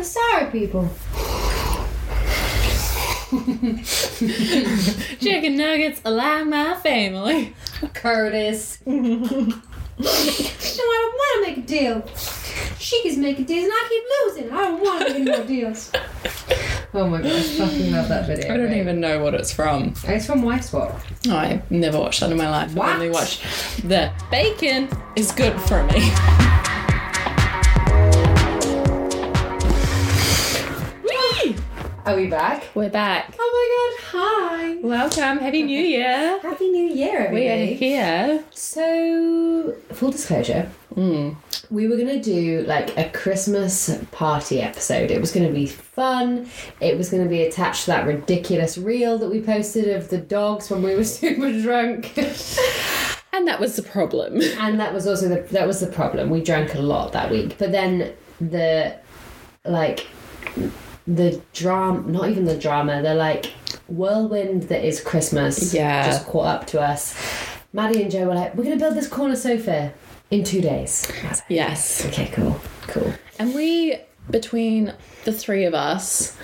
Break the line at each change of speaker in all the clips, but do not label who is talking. black people.
Chicken nuggets, allow my family.
Curtis. no, I don't want to make a deal. She keeps making deals and I keep losing. I don't want to make no deals. Oh my gosh, fucking love that video.
I don't
mate.
even know what it's from.
It's from White Spot.
I never watched that in my life.
What?
I only watched the bacon is good for me. Whee!
Are we back?
We're back.
Oh my god,
Welcome. Happy New Year.
hi. Happy New Year,
We are
everybody.
here.
So, full disclosure,
Mm.
we were gonna do like a Christmas party episode. It was gonna be fun. It was gonna be attached to that ridiculous reel that we posted of the dogs when we were super drunk.
And that was the problem.
and that was also the that was the problem. We drank a lot that week, but then the like the drama, not even the drama, the like whirlwind that is Christmas.
Yeah.
just caught up to us. Maddie and Joe were like, "We're gonna build this corner sofa in two days." I was like,
Yes.
Okay, cool, cool.
And we, between the three of us,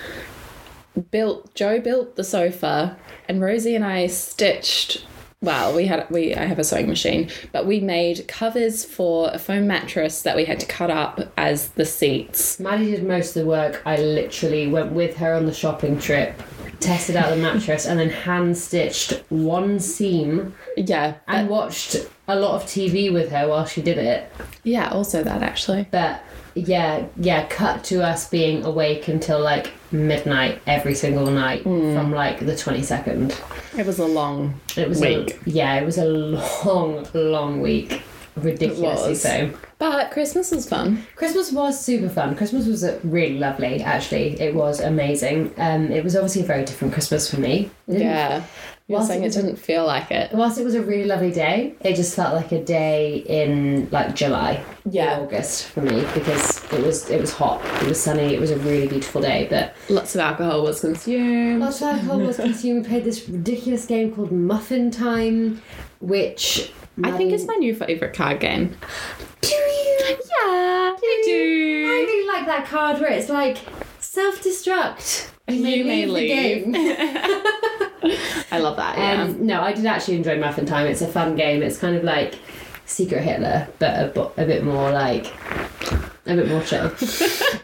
built Joe built the sofa, and Rosie and I stitched. Well, we had we I have a sewing machine, but we made covers for a foam mattress that we had to cut up as the seats.
Maddie did most of the work. I literally went with her on the shopping trip, tested out the mattress, and then hand stitched one seam
Yeah,
and watched a lot of TV with her while she did it.
yeah. Also that actually.
But yeah, yeah, cut to us being awake until like midnight every single night
Hmm.
from like the 22nd.
It was a long.
It was
Week.
A, yeah, it was a long, long week. Ridiculously
was.
so.
But Christmas was fun.
Christmas was super fun. Christmas was uh, really lovely, actually. It was amazing. Um, it was obviously a very different Christmas for me.
Yeah. You're
Whilst
saying
it
it
was-
didn't feel like it.
Whilst it was a really lovely day, it just felt like a day in like July,
Yeah.
August for me because it was it was hot, it was sunny, it was a really beautiful day. But
Lots of alcohol was consumed.
lots of alcohol was consumed. We played this ridiculous game called Muffin Time, which
I think it's my new favorite card game.
Do you?
Yeah, I
I
do.
really like that card where it's like self destruct.
You may leave. I love that. Yeah.
Um, no, I did actually enjoy Muffin Time. It's a fun game. It's kind of like Secret Hitler, but a, bo- a bit more like a bit more chill.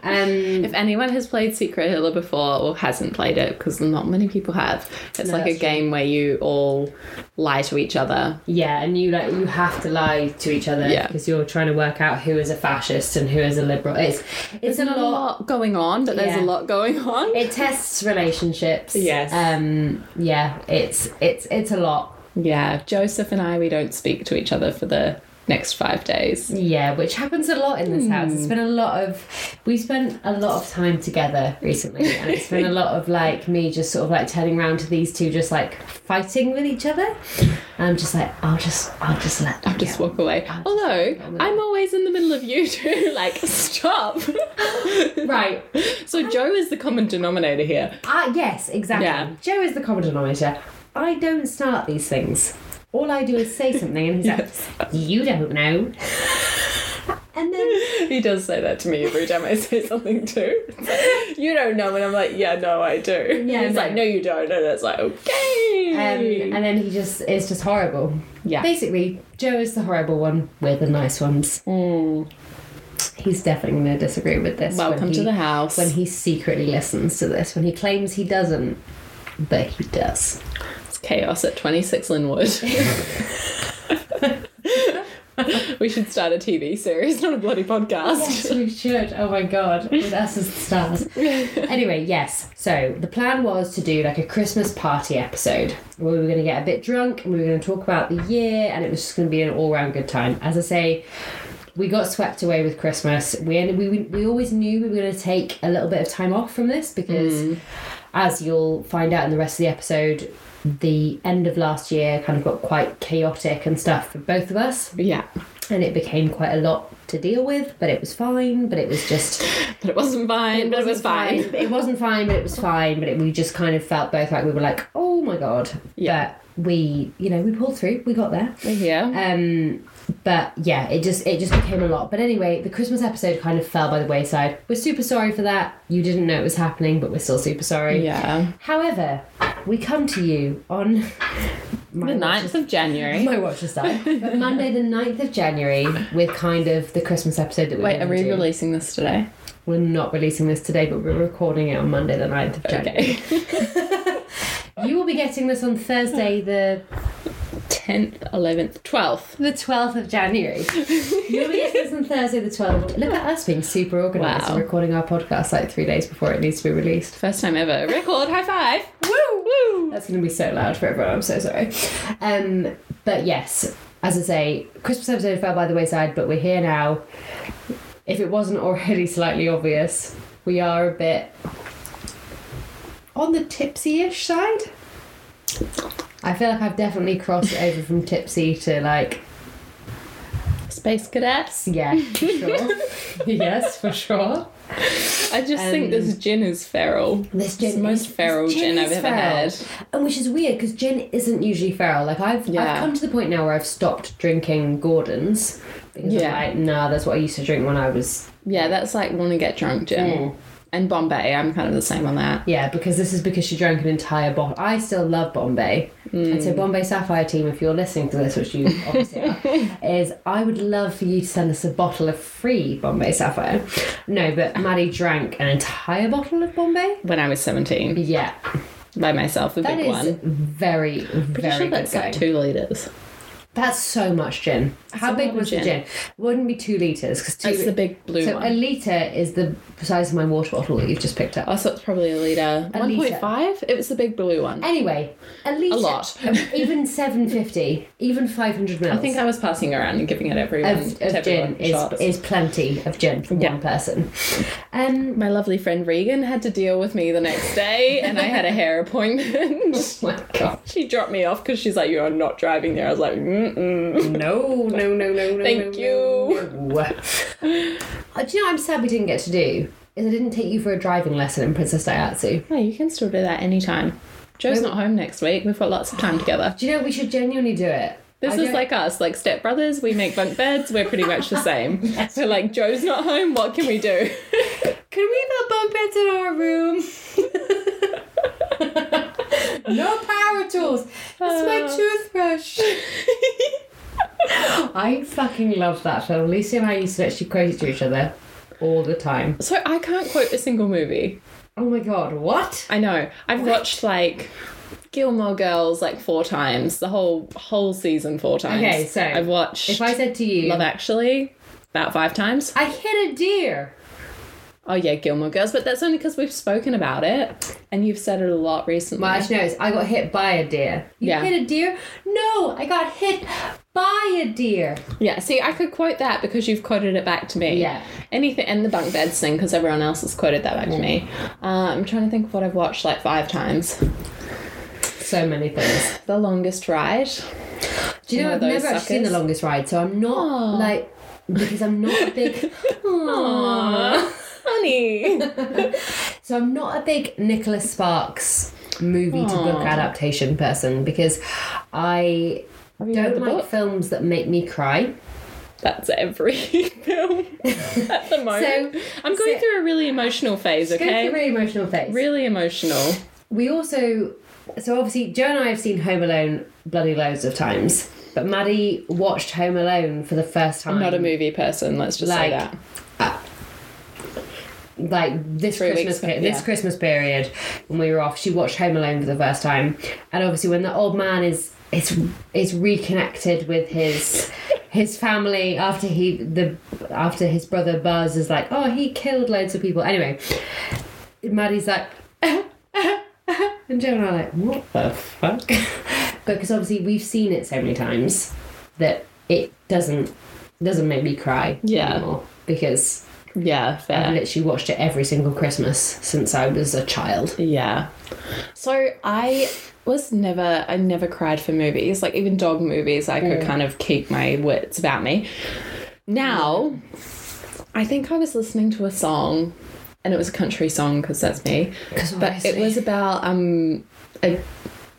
um,
if anyone has played Secret Hitler before or hasn't played it, because not many people have, it's
No,
like a
that's true.
game where you all lie to each other.
yeah, and you like you have to lie to each other
Yeah.
because you're trying to work out who is a fascist and who is a liberal. It's it's, a
There's a
lot.
lot going on, but there's
Yeah.
a lot going on.
It tests relationships.
Yes.
Um. Yeah. It's it's it's a lot.
yeah, Joseph and I, we don't speak to each other for the next five days.
Yeah, which happens a lot in this house.
Hmm.
It's been a lot of we spent a lot of time together recently, and it's been a lot of like me just sort of like turning around to these two, just like fighting with each other. And I'm just like, I'll just, I'll just let. Them
I'll just
go.
walk away.
I'll just
Although,
walk away.
I'm always in the middle of you two, like, stop.
Right.
so, Joe is the common denominator here.
Ah, yes, exactly.
Yeah.
Joe is the common denominator. I don't start these things. All I do is say something, and he's like, "You don't know." and then
He does say that to me every time I say something too. It's like, you don't know, and I'm like, yeah, no, I do.
Yeah,
He's
no.
like, no, you don't, and it's like, okay.
Um, and then he just it's just horrible.
Yeah.
Basically, Joe is the horrible one. We're the nice ones.
Mm.
He's definitely going to disagree with this. when
Welcome
he-
to the house.
When he secretly listens to this, when he claims he doesn't, but he does.
It's chaos at 26 Linwood. we should start a TV series, not a bloody podcast.
we should. Oh my god, with us as the stars. anyway, yes. So the plan was to do like a Christmas party episode where we were going to get a bit drunk and we were going to talk about the year and it was just going to be an all round good time. As I say, we got swept away with Christmas. We ended, we, we we always knew we were going to take a little bit of time off from this because, as you'll find out in the rest of the episode, the end of last year kind of got quite chaotic and stuff for both of us,
Yeah,
and it became quite a lot to deal with. But it was fine. But it was just
but it wasn't fine, but it was fine.
it wasn't fine, but it was fine. But it, we just kind of felt both like we were like, oh my god.
Yeah.
But we, you know, we pulled through. We got there.
We're here.
Um, but yeah, it just it just became a lot. But anyway, the Christmas episode kind of fell by the wayside. We're super sorry for that. You didn't know it was happening, but we're still super sorry.
Yeah.
However, we come to you on
The 9th of January.
My watch is done. But Monday, the 9th of January, with kind of the Christmas episode that we're
Wait, are
gonna
we
do.
releasing this today?
We're not releasing this today, but we're recording it on Monday, the 9th of January.
Okay.
You will be getting this on Thursday, the
10th, 11th, 12th.
the 12th of January. You'll be getting this on Thursday, the 12th. Look at us being super organised
Wow.
and recording our podcast like three days before it needs to be released.
First time ever. Record high five. Woo! Woo!
That's going to be so loud for everyone. I'm so sorry. Um, but yes, as I say, Christmas episode fell by the wayside, but we're here now. If it wasn't already slightly obvious, we are a bit on the tipsy-ish side. I feel like I've definitely crossed over from tipsy to like
Space cadets.
yeah, for sure. yes, for sure.
I just think this gin is feral.
This
It's the
Um, gin
most
is-
feral
this
gin I've
is
ever
feral.
had.
and which is weird because gin isn't usually feral. Like I've I've
Yeah.
come to the point now where I've stopped drinking Gordons because
Yeah.
I'm like, nah, that's what I used to drink when I was.
Yeah, that's like want to get drunk gin.
Mm.
And Bombay, I'm kind of the same on that.
Yeah, because this is because she drank an entire bottle. I still love Bombay,
Mm.
and so Bombay Sapphire team, if you're listening to this, which you obviously are, is I would love for you to send us a bottle of free Bombay Sapphire. No, but Maddie drank an entire bottle of Bombay.
When I was 17,
Yeah,
by myself, the
that
big
is
one.
very very
Pretty sure
good
that's
going.
like two liters.
That's so much gin. How
a lot
big
of
was the
gin.
gin? It wouldn't be two litres because two.
It's the big blue
so a
one.
litre is the size of my water bottle that you've just picked up.
Oh, so it's probably a liter.
A
One
litre.
point five. It was the big blue one.
Anyway, a litre.
lot.
even seven fifty, even five hundred mils.
I think I was passing around and giving it everyone
of,
to
of gin
everyone for shots.
is, is plenty of gin for
Yeah.
one person. Um,
My lovely friend Regan had to deal with me the next day, and I had a hair appointment.
my god.
she dropped me off because she's like, "You are not driving there." I was like, "Mm-mm."
No, no, no, no, no.
Thank
no,
you.
no. Uh, do you know what I'm sad we didn't get to do? Is I didn't take you for a driving lesson in Princess Diatsu.
No, Oh, you can still do that anytime. Joe's not home next week. We've got lots of time together.
Do you know we should genuinely do it?
This
I
is
don't-
like us, like stepbrothers. We make bunk beds. We're pretty much the same. So like, Joe's not home. What can we do?
Can we put bunk beds in our room? no power tools. It's my
Uh.
toothbrush. I fucking love that film. Lisa and I used to actually quote it to each other all the time.
so I can't quote a single movie.
Oh my god, what?
I know. I've watched like Gilmore Girls like four times. The whole whole season four times.
Okay, so
I've watched.
If I said to you,
Love Actually about five times.
I hit a deer.
Oh yeah, Gilmore Girls, but that's only because we've spoken about it, and you've said it a lot recently.
Well, actually, no, it's I got hit by a deer. You
Yeah.
hit a deer? No, I got hit by a deer.
yeah, see, I could quote that because you've quoted it back to me.
Yeah.
Anything and the bunk beds thing because everyone else has quoted that back to me. Uh, I'm trying to think of what I've watched like five times.
So many things.
The longest ride.
Do you know,
One
I've
of
never
those
actually seen The
suckers. Oh.
Longest Ride, so I'm not
Aw.
like, because I'm not a big, Aw.
honey.
so I'm not a big Nicholas Sparks movie to book
Aw.
adaptation person because I
you read
don't
the
like
book?
films that make me cry.
That's every film at the moment.
So-
I'm going
so-
through a really emotional phase.
Go through a
Okay,
really emotional phase.
really emotional.
We also, so obviously, Joe and I have seen Home Alone bloody loads of times, but Maddie watched Home Alone for the first time.
Not a movie person. Let's just
Like,
say that.
like this
Three
Christmas
weeks,
pe-
yeah.
this Christmas period when we were off, she watched Home Alone for the first time, and obviously when the old man is is is reconnected with his his family after he the after his brother Buzz is like oh he killed loads of people anyway, Maddie's like. And Joe and I are like, what the fuck? because obviously we've seen it so many times that it doesn't doesn't make me cry
Yeah.
anymore because
Yeah, fair.
I've literally watched it every single Christmas since I was a child.
Yeah. So I was never I never cried for movies. Like even dog movies I could kind of keep my wits about me. Now I think I was listening to a song and it was a country song because that's me.
'Cause
But it
obviously.
was about um a,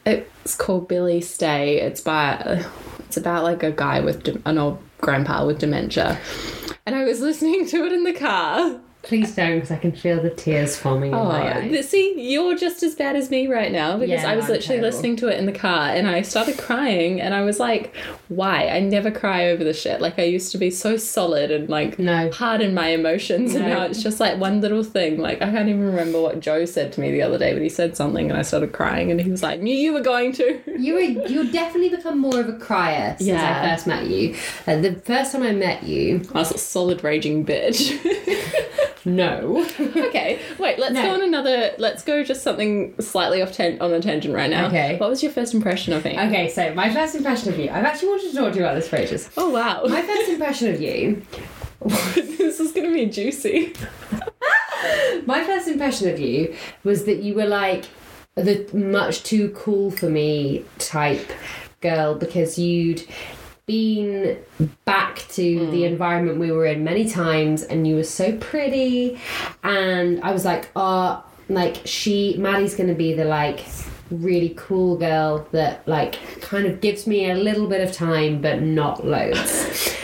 it's called Billy Stay. It's by It's about like a guy with de- an old grandpa with dementia. And I was listening to it in the car.
Please don't, because I can feel the tears forming in
Oh,
my eyes.
th- see, you're just as bad as me right now because
Yeah,
I was
I'm
literally
terrible.
listening to it in the car and I started crying and I was like, why? I never cry over this shit. Like I used to be so solid and like
No.
hard in my emotions and
No.
now it's just like one little thing. Like I can't even remember what Joe said to me the other day, but he said something and I started crying and he was like, knew you were going to.
You were, you've definitely become more of a crier since I
Yeah.
first met you. Uh, the first time I met you,
I was a solid raging bitch.
no.
okay, wait, let's
No.
go on another, let's go just something slightly off tan- on a tangent right now.
Okay.
What was your first impression of me?
okay, so my first impression of you, I've actually wanted to talk to you about this for ages.
oh wow.
My first impression of you,
this is gonna be juicy.
my first impression of you was that you were like the much too cool for me type girl because you'd been back to the environment we were in many times and you were so pretty and I was like, oh like she Maddie's gonna be the like really cool girl that like kind of gives me a little bit of time but not loads.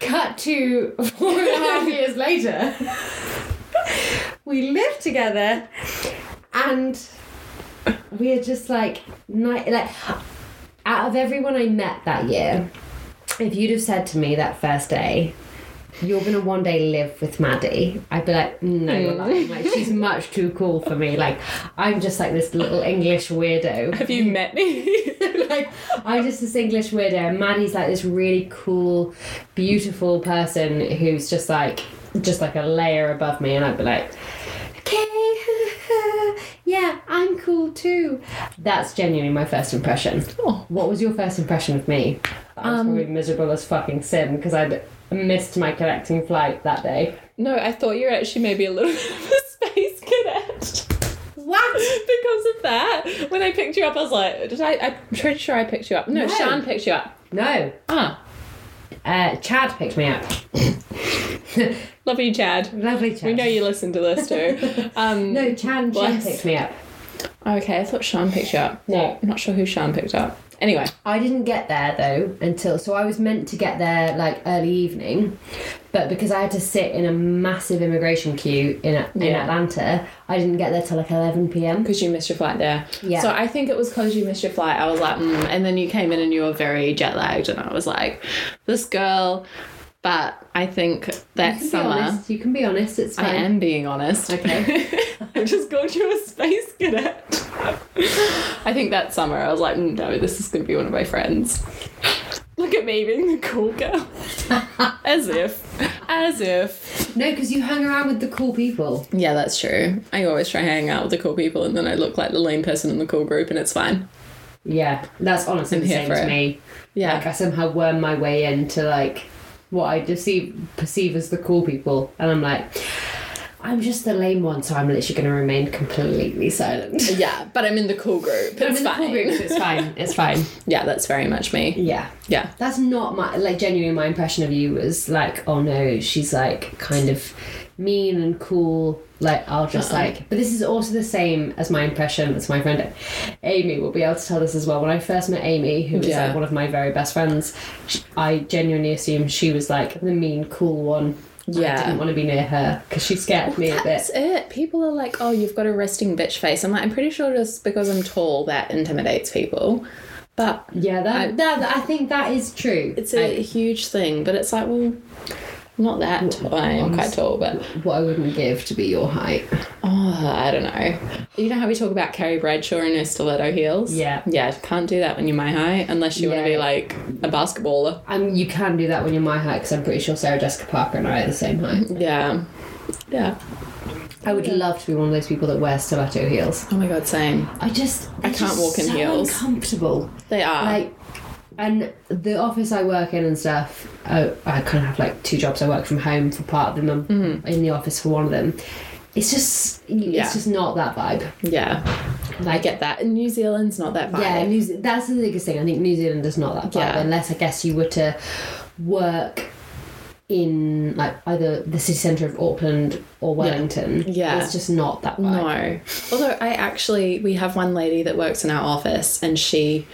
Cut to four and a half years later we live together and we're just like night like out of everyone I met that year, if you'd have said to me that first day, you're gonna one day live with Maddie, I'd be like, no, you're lying. Like she's much too cool for me. Like I'm just like this little English weirdo.
Have you met me?
like I'm just this English weirdo. And Maddie's like this really cool, beautiful person who's just like just like a layer above me, and I'd be like, okay, yeah, I'm cool too. That's genuinely my first impression.
Oh.
What was your first impression of me? I
Um,
was probably miserable as fucking sin because I'd missed my connecting flight that day.
no, I thought you were actually maybe a little bit of a space cadet.
What?
because of that, when I picked you up, I was like, did I? I'm pretty sure I picked you up. No,
No.
Sean picked you up.
No.
Ah,
Uh, Chad picked me up.
love you, Chad.
Lovely Chad.
We know you listen to this too. Um,
No, Chad and Chad
Bless.
picked me up.
Okay, I thought Sean picked you up.
No.
I'm not sure who Sean picked up. Anyway,
I didn't get there though until so I was meant to get there like early evening, but because I had to sit in a massive immigration queue in, in
Yeah.
Atlanta, I didn't get there till like eleven p.m.
because you missed your flight there.
Yeah.
So I think it was because you missed your flight. I was like, mm. and then you came in and you were very jet lagged, and I was like, this girl. But I think
You
that
can be
summer,
honest. You can be honest. It's fine.
I am being honest.
Okay.
I just called you a space cadet. I think that summer I was like, mm, no, this is going to be one of my friends. Look at me being the cool girl. As if. As if.
No, because you hung around with the cool people.
Yeah, that's true. I always try hanging out with the cool people and then I look like the lame person in the cool group and it's fine.
Yeah, that's honestly
I'm
the
here
same
for
to
it.
me.
Yeah.
like I somehow worm my way into like what I perceive perceive as the cool people, and I'm like, I'm just the lame one, so I'm literally going to remain completely silent.
Yeah, but I'm in the cool group.
I'm
It's
in the
fine.
cool groups, It's fine. It's fine.
Yeah, that's very much me.
Yeah.
Yeah.
That's not my like genuinely my impression of you was like, oh no, she's like kind of mean and cool. Like I'll just
Uh-uh.
like but this is also the same as my impression as my friend Amy will be able to tell this as well. When I first met Amy, who was
Yeah.
like one of my very best friends, sh I genuinely assumed she was like the mean, cool one. I
Yeah.
didn't want to be near her because she scared me a bit.
That's it. People are like, oh, you've got a resting bitch face. I'm like, I'm pretty sure just because I'm tall that intimidates people. But
Yeah, that,
I-
that I think that is true.
it's a huge thing. But it's like, well, I'm not that tall. I am quite tall, but
I- what I wouldn't give to be your height.
oh, I don't know. You know how we talk about Carrie Bradshaw and her stiletto heels?
Yeah.
Yeah, can't do that when you're my height unless you want to
Yeah.
be like a basketballer.
Um, you can do that when you're my height because I'm pretty sure Sarah Jessica Parker and I are the same height.
Yeah. Yeah.
I would love to be one of those people that wears stiletto heels.
Oh my god, same.
I just I
can't walk in heels. Ah.
Uncomfortable.
They are.
Like, and the office I work in and stuff. I, I kind of have like two jobs. I work from home for part of them. I'm in the office for one of them. It's just
Mm-hmm. Yeah.
it's just not that vibe.
yeah. I get that. And New Zealand's not that vibe.
Yeah, New Ze- that's the biggest thing. I think New Zealand is not that bad
Yeah.
unless I guess you were to work in like either the city centre of Auckland or Wellington.
Yeah.
it's just not that bad.
No. Although I actually, we have one lady that works in our office and she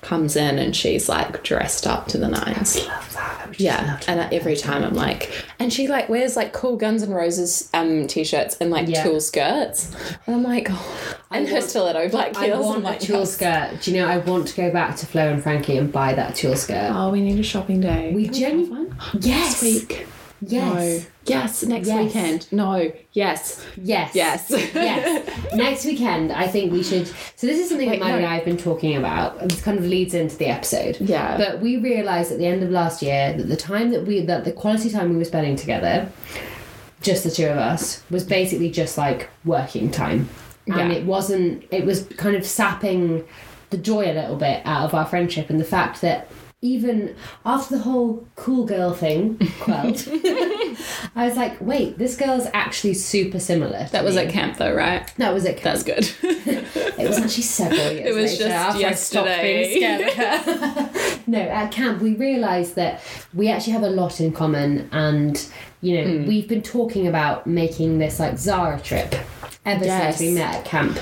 comes in and she's like dressed up to the nines.
Love that. I would just
Yeah,
love to
and
have
every time I'm like, and she like wears like cool Guns N' Roses um t-shirts and like
Yeah.
tulle skirts, and I'm like, oh, and her
want-
stiletto black
I
heels. I'm
want a
like,
tulle
yes.
skirt. Do you know, I want to go back to Flo and Frankie and buy that tulle skirt.
Oh, we need a shopping day.
We
Can
genu-
have one?
Yes.
This week.
Yes.
No. Yes. Next
Yes.
weekend. No. Yes.
Yes.
Yes.
yes. Next weekend, I think we should. So, this is something
Wait,
that Maddie and
no.
I have been talking about. and It kind of leads into the episode.
Yeah.
But we realised at the end of last year that the time that we, that the quality time we were spending together, just the two of us, was basically just like working time. And
Yeah.
it wasn't, it was kind of sapping the joy a little bit out of our friendship and the fact that even after the whole cool girl thing quelled, I was like, wait, this girl's actually super similar. to
that was
me.
at camp though, right?
That was it.
That's good.
It was actually several years.
It was
later
just
after I
yesterday.
stopped being scared of her. no, at camp we realised that we actually have a lot in common, and you know
Hmm.
we've been talking about making this like Zara trip ever
Yes.
since we met at camp,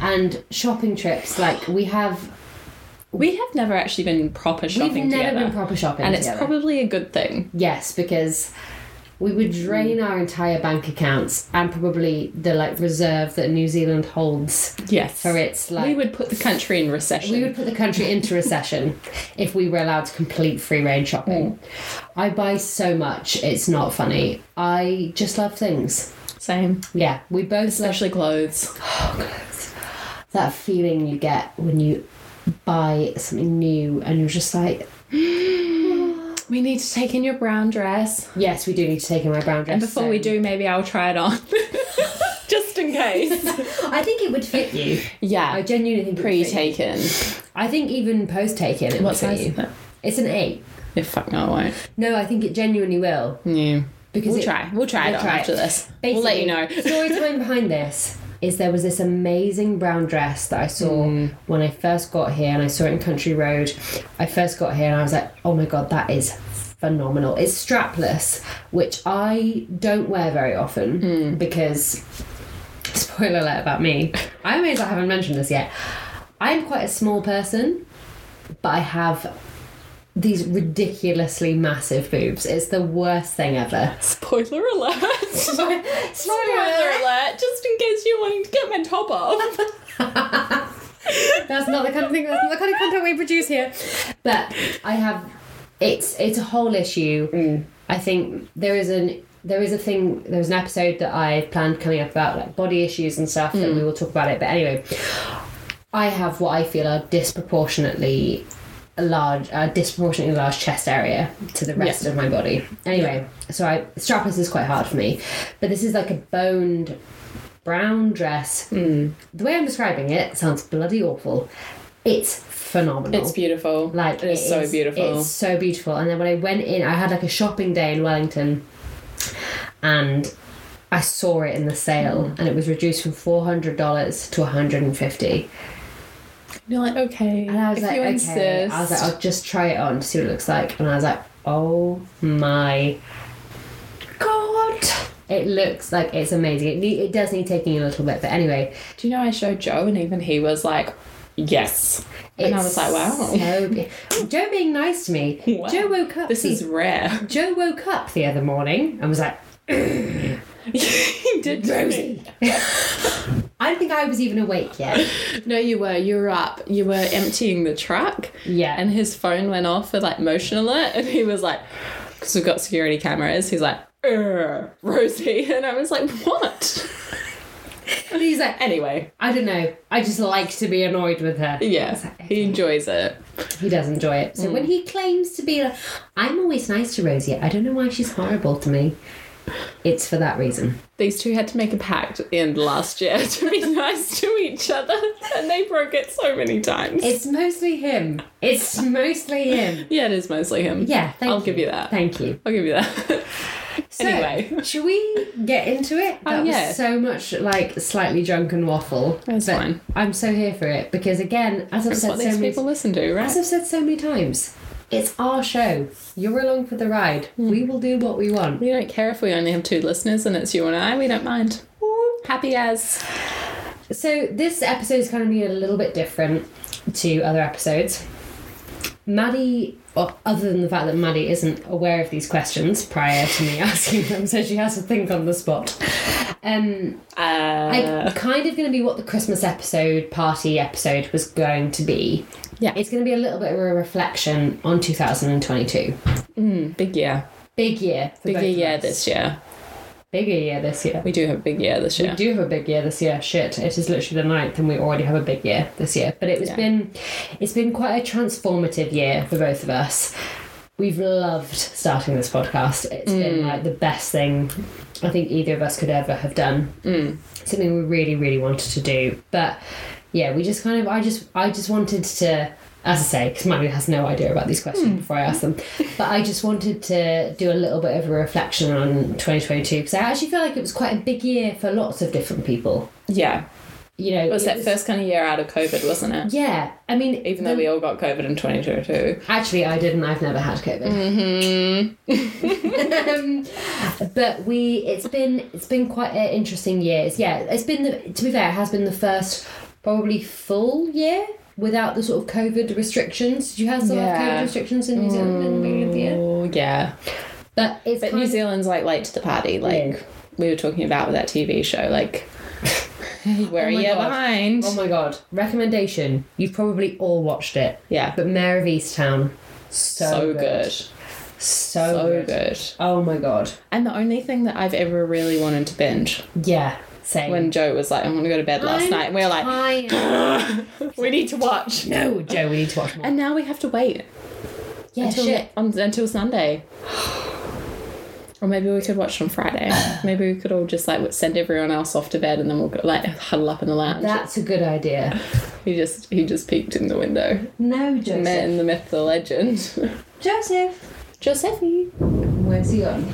and shopping trips. Like we have,
we have never actually been proper
we've
shopping
never
together.
been proper shopping,
and it's
together.
probably a good thing.
yes because. We would
Hmm.
drain our entire bank accounts and probably the like reserve that New Zealand holds
Yes.
for its like
we would put the country in recession.
We would put the country into recession if we were allowed to complete free range shopping.
Mm.
I buy so much, it's not funny. I just love things.
Same.
Yeah, we both love
Especially clothes.
that feeling you get when you buy something new and you're just like,
We need to take in your brown dress.
yes, we do need to take in my brown dress.
And before we
so-
do, maybe I'll try it on. Just in case.
I think it would fit you. I
Yeah.
genuinely think it would
Pre
fit you.
taken.
I think even post taken, it
What
would
size
fit you.
is it?
It's an eight.
Yeah, fuck no, I won't.
No, I think it genuinely will
Yeah.
because
We'll
it,
try. We'll try it
We'll
on
try it.
after this. we'll let you know.
story time behind this is there was this amazing brown dress that I saw
Mm.
when I first got here, and I saw it in Country Road. I first got here, and I was like, "Oh my god, that is phenomenal!" It's strapless, which I don't wear very often
Mm.
because spoiler alert about me. I amazed I haven't mentioned this yet. I am quite a small person, but I have. These ridiculously massive boobs. It's the worst thing ever.
Spoiler alert.
Spoiler
Spoiler alert. Just in case you're wanting to get my top off.
That's not the kind of thing. That's not the kind of content we produce here. But I have. It's it's a whole issue. I think there is an there is a thing there was an episode that I planned coming up about like body issues and stuff and we will talk about it. But anyway, I have what I feel are disproportionately a large, a disproportionately large chest area to the rest
Yeah.
of my body. Anyway, so I strapless is quite hard for me, but this is like a boned brown dress. The way I'm describing it sounds bloody awful. It's phenomenal.
It's beautiful.
Like
it is so beautiful.
It's so beautiful. And then when I went in, I had like a shopping day in Wellington, and I saw it in the sale,
Mm.
and it was reduced from four hundred dollars to one hundred and fifty.
You're like, okay.
And I was
if
like,
you
okay.
insist.
I was like, I'll just try it on to see what it looks like. And I was like, oh my god, it looks like it's amazing. It need, it does need taking a little bit, but anyway,
Do you know I showed Joe and even he was like, yes.
it's
And I was like, wow.
so be- Joe being nice to me.
Wow.
Joe woke up.
This
the-
is rare.
Joe woke up the other morning and was like,
he did
Rosie. I don't think I was even awake yet.
No, you were. You were up. You were emptying the truck.
Yeah.
And his phone went off with like motion alert. And he was like, because we've got security cameras. He's like, "Err, Rosie. And I was like, what?
And he's like,
Anyway,
I don't know. I just like to be annoyed with her.
yeah, he enjoys it.
He does enjoy it. So when he claims to be like, I'm always nice to Rosie, I don't know why she's horrible to me. It's for that reason.
These two had to make a pact at the end of last year to be nice to each other. And they broke it so many times.
It's mostly him. It's mostly him.
yeah, it is mostly him.
Yeah, thank
I'll
you.
give you that.
Thank you.
I'll give you that.
So,
Anyway.
should we get into it?
Oh,
That
yeah.
was so much like slightly drunken waffle.
That's
but
fine.
I'm so here for it because again, as I've
That's
said
what
so
these
many
people listen to, right?
As I've said so many times, it's our show. You're along for the ride.
Hmm.
We will do what we want.
We don't care if we only have two listeners and it's you and I, we don't mind. Happy as.
So this episode is going to be a little bit different to other episodes. Maddie, well, other than the fact that Maddie isn't aware of these questions prior to me asking them, so she has to think on the spot. Um,
Uh,
I kind of going to be what the Christmas episode, party episode was going to be.
Yeah.
It's going to be a little bit of a reflection on 2022.
mm, big year.
Big year. For
Big
both
year,
of
year
us.
this year.
Bigger year this year.
We do have a big year this year.
We do have a big year this year. Shit, it is literally the ninth, and we already have a big year this year. But it has
Yeah.
been, it's been quite a transformative year for both of us. We've loved starting this podcast. It's
Mm.
been like the best thing I think either of us could ever have done.
Mm.
Something we really, really wanted to do. But yeah, we just kind of, I just, I just wanted to. As I say, because Maddie has no idea about these
Hmm.
questions before I ask them, but I just wanted to do a little bit of a reflection on 2022 because I actually feel like it was quite a big year for lots of different people.
Yeah.
You know,
It was
it
that
was-
first kind of year out of COVID, wasn't it?
Yeah, I mean,
Even
the-
though we all got COVID in 2022.
Actually, I didn't. I've never had COVID. Mm-hmm. um, but we, it's been it's been quite an interesting year. It's, yeah, it's been the, to be fair, it has been the first probably full year without the sort of COVID restrictions. Did you have sort of
Yeah.
COVID restrictions in New Zealand in the beginning of the year?
Oh, yeah.
But it's
But
kind
New
of-
Zealand's like late to the party. Like
Yeah.
we were talking about with that TV show, like we're
Oh my
a year
God.
behind.
Oh my god! Recommendation: You've probably all watched it.
yeah,
But Mayor of Easttown, so,
so
good.
good,
so,
so
good.
good.
Oh my god!
And the only thing that I've ever really wanted to binge
Yeah, same.
when Joe was like, "I'm gonna go to bed" last
I'm
night, and we were like,
tired.
"We need to watch."
no, Joe, we need to watch more.
And now we have to wait
yeah,
until on, until Sunday. Or maybe we could watch on Friday. Maybe we could all just like send everyone else off to bed, and then we'll go, like huddle up in the lounge.
That's a good idea.
he just he just peeked in the window.
No,
The
Joseph.
man, the myth, the legend.
Joseph,
Giuseppe.
where's he gone?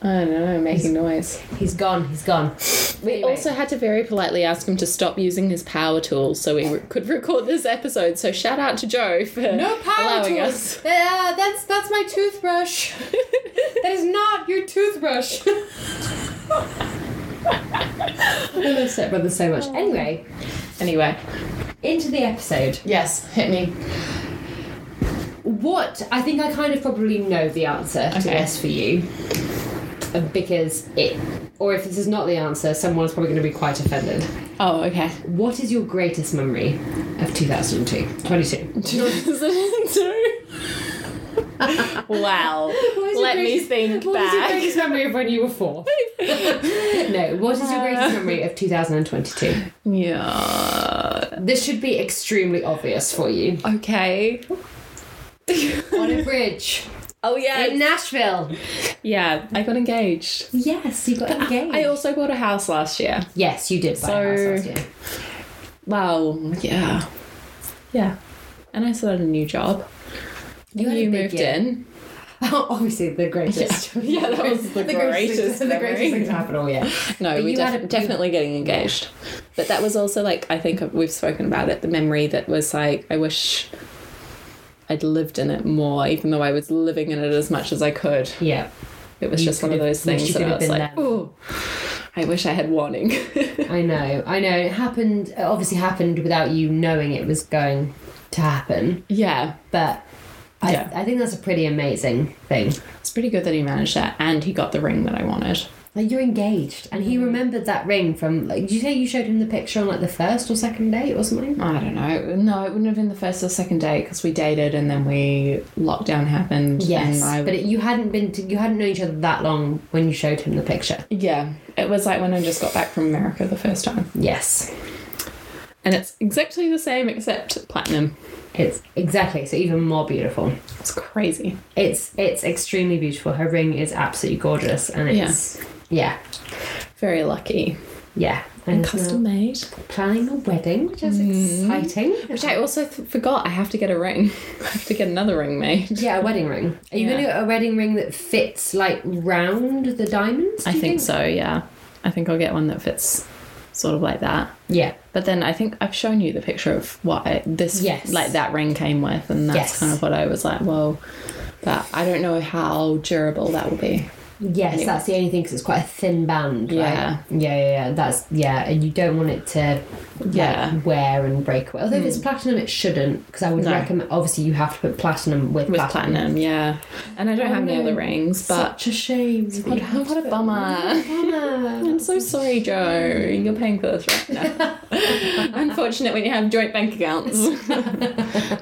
I don't know, making noise.
He's gone. He's gone.
We
Anyway.
also had to very politely ask him to stop using his power tools so we re- could record this episode. So shout out to Joe for allowing us.
Uh, that's that's my toothbrush. that is not your toothbrush. I love Step Brothers so much. Anyway,
Anyway,
into the episode.
yes, hit me.
What I think I kind of probably know the answer to
Okay.
this for you, uh, because it, or if this is not the answer, someone's probably going to be quite offended.
Oh, okay.
What is your greatest memory of 2002? 22.
wow.
What is your
Let me
greatest-
think
What is your
back.
greatest memory of when you were four? no, what is your greatest memory of 2022?
yeah.
This should be extremely obvious for you.
Okay.
On a bridge
Oh yeah.
in Nashville.
Yeah, I got engaged.
Yes, you got engaged.
I also bought a house last year.
yes, you did buy a
So-
house last year.
Wow. Yeah. Yeah. And I started a new job.
You
And
had a
you
big
moved
year.
in.
Obviously, the greatest.
Yeah, that was the greatest
thing- the greatest
memory.
thing to happen all year.
No,
But
we
you
def-
had a-
definitely getting engaged. But that was also like I think we've spoken about it. The memory that was like I wish I'd lived in it more, even though I was living in it as much as I could.
Yeah,
It was
You
just one of
could've-
those
wish
things
you
that I
could've
was
been
like,
there.
oh, I wish I had warning.
I know, I know. It happened. It obviously happened without you knowing it was going to happen.
yeah,
But I,
Yeah.
I think that's a pretty amazing thing.
it's pretty good that he managed that, and he got the ring that I wanted.
Like you're engaged, and
Mm-hmm.
he remembered that ring from. Like, did you say you showed him the picture on like the first or second date or something?
I don't know. No, it wouldn't have been the first or second date because we dated and then we lockdown happened.
Yes,
and I,
but it, you hadn't been. To, you hadn't known each other that long when you showed him the picture.
yeah, it was like when I just got back from America the first time,
Yes,
and it's exactly the same except platinum.
it's exactly so even more beautiful.
It's crazy.
It's it's extremely beautiful. Her ring is absolutely gorgeous, and
Yeah.
it's yeah,
Very lucky.
yeah.
And
it's now
custom made.
planning a wedding, which is exciting.
Which I also th- forgot. I have to get a ring. I have to get another ring made.
Yeah, a wedding ring. Are you
Yeah.
going to get a wedding ring that fits like round the diamonds? do
I
you
think, so. Yeah, I think I'll get one that fits sort of like that.
Yeah.
But then I think I've shown you the picture of what I, this
Yes.
like that ring came with, and that's
Yes.
kind of what I was like, well, but I don't know how durable that will be.
Yes, that's the only thing because it's quite a thin band. right?
Yeah.
yeah, yeah, yeah. That's yeah, and you don't want it to like,
Yeah. Mm.
wear and break away. Although if it's platinum, it shouldn't because I would
No.
recommend. Obviously, you have to put platinum with,
With platinum, yeah. And I don't
Oh,
have any
no.
other rings, but
Such a shame. that
what,
you have
what
to
a
put-
bummer.
Bummer.
I'm so sorry, Joe. You're paying for this right now. Unfortunate when you have joint bank accounts.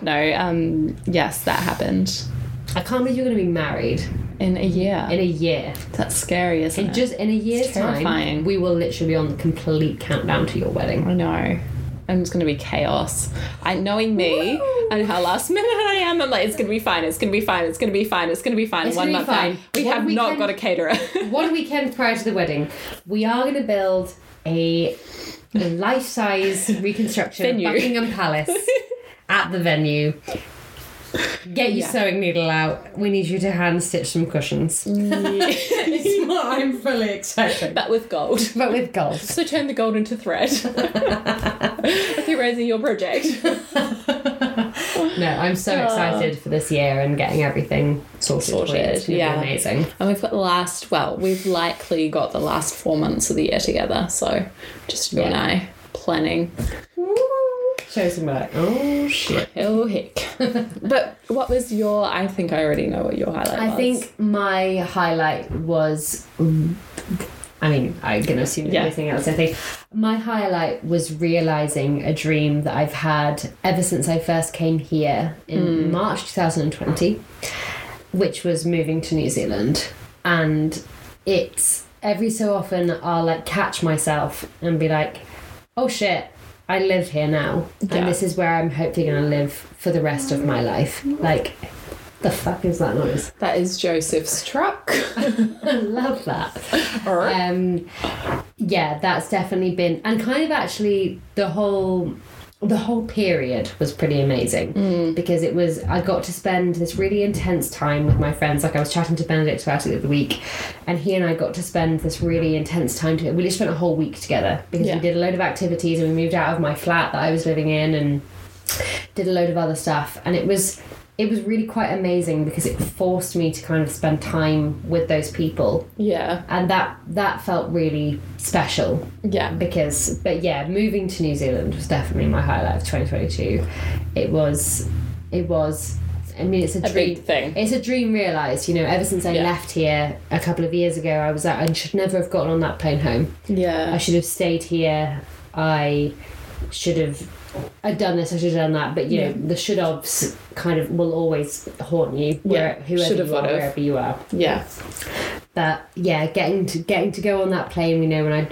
no, um, yes, that happened
I can't believe you're going to be married
in a year.
in a year.
That's scary, isn't
In
it?
just in a year's time,
terrifying.
we will literally be on the complete countdown to your wedding.
I know. And it's going to be chaos. I knowing me
Woo!
and how last minute I am, I'm like, it's going to be fine. It's going to be fine. It's going to be fine. It's going to be fine.
It's
One
gonna be
month out,
fine.
we
One
have not
weekend-
got a caterer.
One weekend prior to the wedding, we are going to build a life-size reconstruction
Venue.
of Buckingham Palace at the venue. Get your
Yeah.
sewing needle out. We need you to hand stitch some cushions. it's what I'm fully expecting.
but with gold.
But with gold.
So turn the gold into thread. Through raising your project.
No, I'm so excited for this year and getting everything sorted. for you. It's
Sorted,
gonna
yeah.
be amazing.
And we've got the last, well, we've likely got the last four months of the year together. So just you and
Yeah.
I planning.
Show some work. Oh shit.
Oh, heck. but what was your, I think I already know what your highlight
I
was.
think my highlight was. I mean, I'm gonna assume
Yeah.
everything else. I think my highlight was realizing a dream that I've had ever since I first came here
Hmm.
in March 2020, which was moving to New Zealand, and it's every so often I'll like catch myself and be like, "Oh shit, I live here now,
Yeah.
and this is where I'm hopefully gonna live for the rest of my life." Like, the fuck is that noise?
that is Joseph's truck.
I love that. Um, yeah, that's definitely been, and kind of actually the whole. The whole period was pretty amazing because it was. I got to spend this really intense time with my friends. Like I was chatting to Benedict about it the other week, and he and I got to spend this really intense time together. We just spent a whole week together because
Yeah.
we did a load of activities and we moved out of my flat that I was living in and did a load of other stuff and it was it was really quite amazing because it forced me to kind of spend time with those people
yeah.
and that that felt really special
Yeah.
because but yeah moving to New Zealand was definitely my highlight of 2022 it was it was I mean it's a,
A
dream
big thing.
it's a dream realized you know ever since I
Yeah.
left here a couple of years ago I was like I should never have gotten on that plane home I
Yeah.
should have stayed here. I should have I'd done this. I should have done that. But you know, the should haves kind of will always haunt you. Where,
Yeah.
whoever
Should've,
you are,
would've.
wherever you are.
Yeah.
But yeah, getting to getting to go on that plane, you know, when I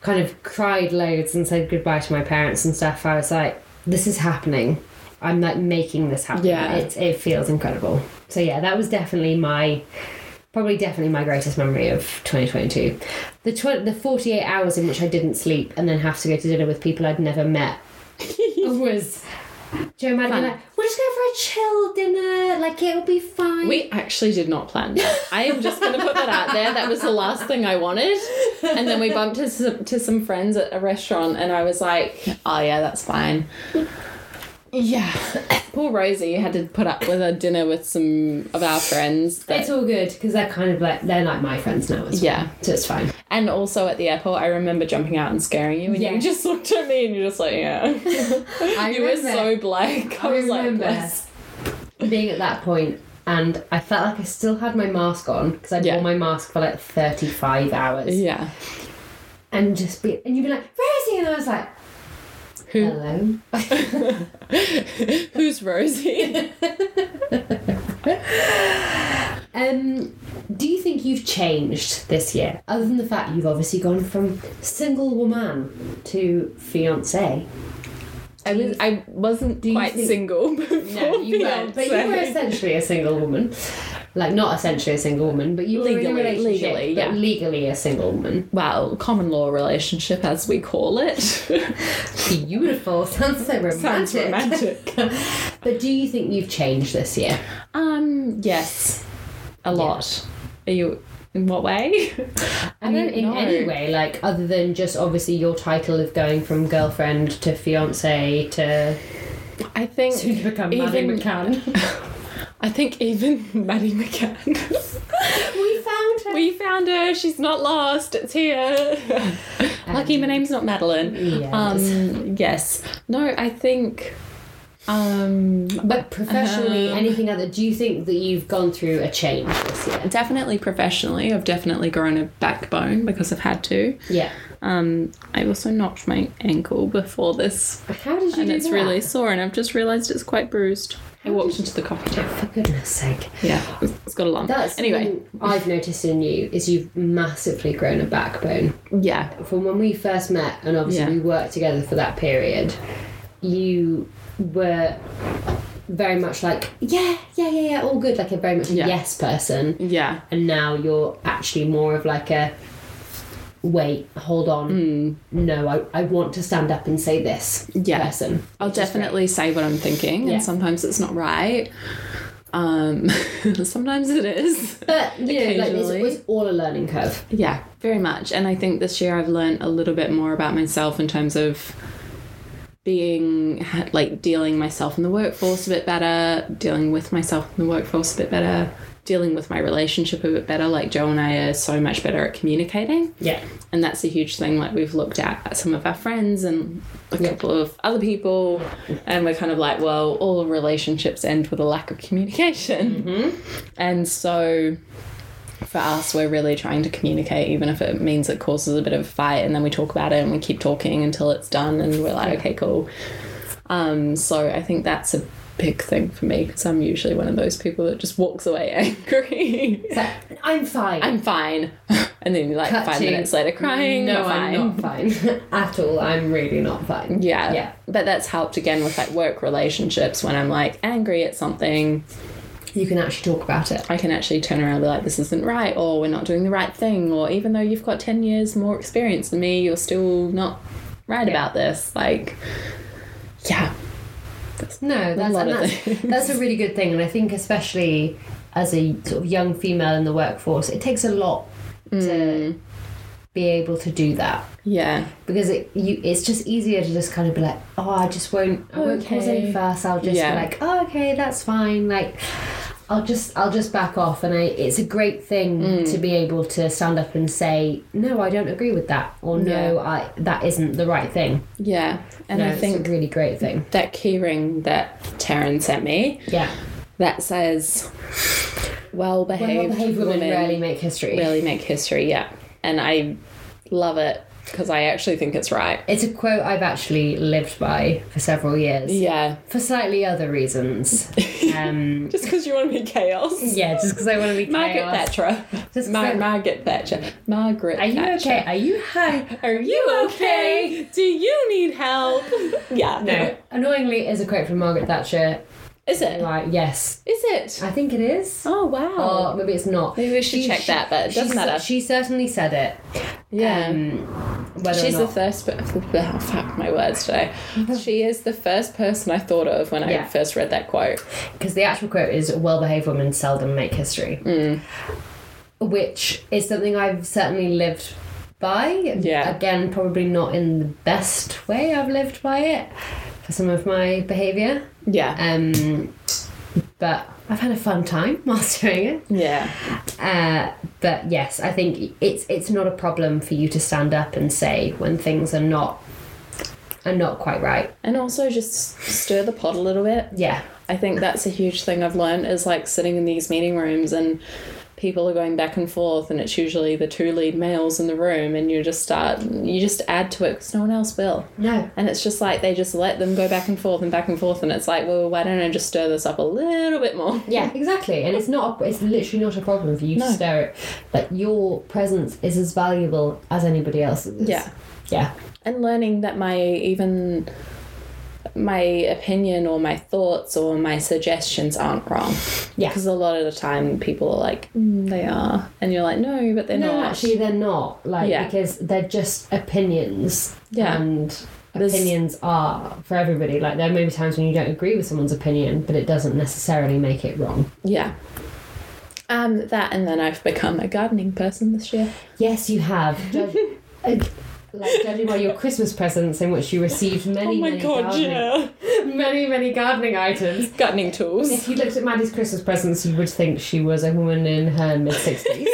kind of cried loads and said goodbye to my parents and stuff, I was like, this is happening. I'm like making this happen.
Yeah.
It it feels incredible. So yeah, that was definitely my probably definitely my greatest memory of 2022. The tw- the 48 hours in which I didn't sleep and then have to go to dinner with people I'd never met was Joe and Maddie were
Fun.
like, we're just going for a chill dinner, like it'll be fine.
We actually did not plan that. I am just going to put that out there. That was the last thing I wanted. And then we bumped into some, to some friends at a restaurant, and I was like, oh, yeah, that's fine. Yeah. Poor Rosie had to put up with a dinner with some of our friends. that-
it's all good because they're kind of like they're like my friends now as well.
yeah.
So it's fine.
And also at the airport, I remember jumping out and scaring you, and
Yeah.
you just looked at me and you're just like, yeah.
I
you were so blank. I, was like,
remember
bless.
being at that point and I felt like I still had my mask on because I'd
Yeah.
worn my mask for like 35 hours
Yeah.
and just be and you'd be like, Rosie, and I was like,
Who,
hello.
who's Rosie?
Um, do you think you've changed this year? Other than the fact you've obviously gone from single woman to fiance.
I, was, I wasn't
you
quite
think-
single before.
No, you weren't. But you were
fiancé.
essentially a single woman. Like, not essentially a single woman, but you were in a
Legally,
relationship,
legally,
but
yeah.
legally a single woman.
well, common law relationship as we call it.
Beautiful. Sounds so romantic.
Sounds romantic.
but do you think you've changed this year?
um, yes. A lot. Are you in what way?
I mean,
don't
in
know.
any way, like, other than just obviously your title of going from girlfriend to fiance to
I think
soon to become Maddie
even-
McCann.
I think even Maddie McCann.
we found her.
we found her. She's not lost. It's here. Lucky my name's not Madeline.
Um, Yes.
Um, yes. No, I think. Um,
But professionally,
Um,
anything other? Do you think that you've gone through a change this year?
definitely professionally, I've definitely grown a backbone because I've had to.
Yeah.
Um, I also knocked my ankle before this,
How did you
and
do
it's
that?
really sore, and I've just realised it's quite bruised. I
How
walked
did-
into the coffee table.
For goodness sake.
Yeah, it's it's got a lump.
That's
anyway.
something I've noticed in you is you've massively grown a backbone.
Yeah,
From when we first met and obviously
Yeah.
we worked together for that period, you were very much like, Yeah, yeah, yeah, yeah, all good, like a very much a
Yeah.
yes person.
yeah.
And now you're actually more of like a wait, hold on, no, I, I want to stand up and say this
Hmm. Yeah.
person.
I'll
which is great.
definitely say what I'm thinking,
Yeah.
and sometimes it's not right. Um, sometimes it is.
But you know, like it's,
Occasionally.
it's all a learning curve.
Yeah, very much. And I think this year I've learned a little bit more about myself in terms of being ha- like dealing myself in the workforce a bit better, dealing with myself in the workforce a bit better, dealing with my relationship a bit better. Like Joe and I are so much better at communicating.
Yeah.
and that's a huge thing like we've looked at, at some of our friends and a
Yeah.
couple of other people and we're kind of like well all relationships end with a lack of communication and so for us we're really trying to communicate even if it means it causes a bit of a fight and then we talk about it and we keep talking until it's done and we're like okay cool um, so i think that's a big thing for me because i'm usually one of those people that just walks away angry
It's like, I'm fine.
I'm fine. And then you're like
Cut
five
to-
minutes later crying.
No,
"You're
I'm
fine."
not fine at all. I'm really not fine.
Yeah.
Yeah.
But that's helped again with like work relationships when I'm like angry at something,
You can actually talk about it.
I can actually turn around and be like, this isn't right, or we're not doing the right thing, or even though you've got 10 years more experience than me, you're still not right about this. Like, yeah.
No, that's
lot
and
of
that's, that's a really good thing, and I think especially as a sort of young female in the workforce, it takes a lot
Mm.
to be able to do that
Yeah.
because it you it's just easier to just kind of be like, oh, I just won't, I won't cause any
Okay.
fuss. I'll just
Yeah.
be like, oh, okay, that's fine. Like, I'll just I'll just back off, and I, it's a great thing
Mm.
to be able to stand up and say, no, I don't agree with that, or no,
Yeah.
I that isn't the right thing.
Yeah. And
No,
I
it's
think
a really great thing.
that key ring that Taryn sent me
Yeah,
that says,
well
well behaved
behaved women
women
rarely make history.
really make history, yeah. And I love it because I actually think it's right.
It's a quote I've actually lived by for several years,
Yeah.
for slightly other reasons. Um,
Just because you want to be chaos.
yeah, just because I want to be
Margaret
chaos.
Thatcher.
Just 'cause
Mar-
I-
Margaret Thatcher. Margaret
Are you
Thatcher.
okay? Are you high?
Are you okay? Do you need help? yeah.
No. Annoyingly, is a quote from Margaret Thatcher.
Is it? Is
Like, yes,
it?
I think it is.
Oh, wow.
Or maybe it's not.
Maybe we should
She-
check that, but it
she
doesn't
cer-
matter.
She certainly said it.
yeah.
Um, whether
She's
or
the
not.
first. per- Oh, fuck my words today. She is the first person I thought of when
Yeah.
I first read that quote.
Because the actual quote is well behaved women seldom make history.
Mm.
Which is something I've certainly lived by.
Yeah.
Again, probably not in the best way I've lived by it for some of my behaviour.
Yeah.
Um, but I've had a fun time whilst doing it.
yeah.
Uh, but yes, I think it's it's not a problem for you to stand up and say when things are not are not quite right.
And also just stir the pot a little bit.
Yeah,
I think that's a huge thing I've learned is like sitting in these meeting rooms and people are going back and forth and it's usually the two lead males in the room and you just start you just add to it because no one else will.
no,
And it's just like they just let them go back and forth and back and forth and it's like, well, why don't I just stir this up a little bit more?
yeah, exactly. And it's not a, it's literally not a problem for you
No.
to stare it. Like your presence is as valuable as anybody else's.
Yeah.
yeah,
and learning that my even my opinion or my thoughts or my suggestions aren't wrong
Yeah.
because a lot of the time people are like mm, they are and you're like no but they're
no,
not
actually they're not. Like
Yeah.
because they're just opinions.
Yeah.
and.
There's-
Opinions are for everybody. Like there may be times when you don't agree with someone's opinion, but it doesn't necessarily make it wrong.
yeah um that and then i've become a gardening person this year
Yes, you have. Judge, uh, like judging by your Christmas presents, in which you
Oh
received many, many, gardening, many, many gardening items.
gardening tools
If you looked at Maddie's Christmas presents, you would think she was a woman in her mid sixties.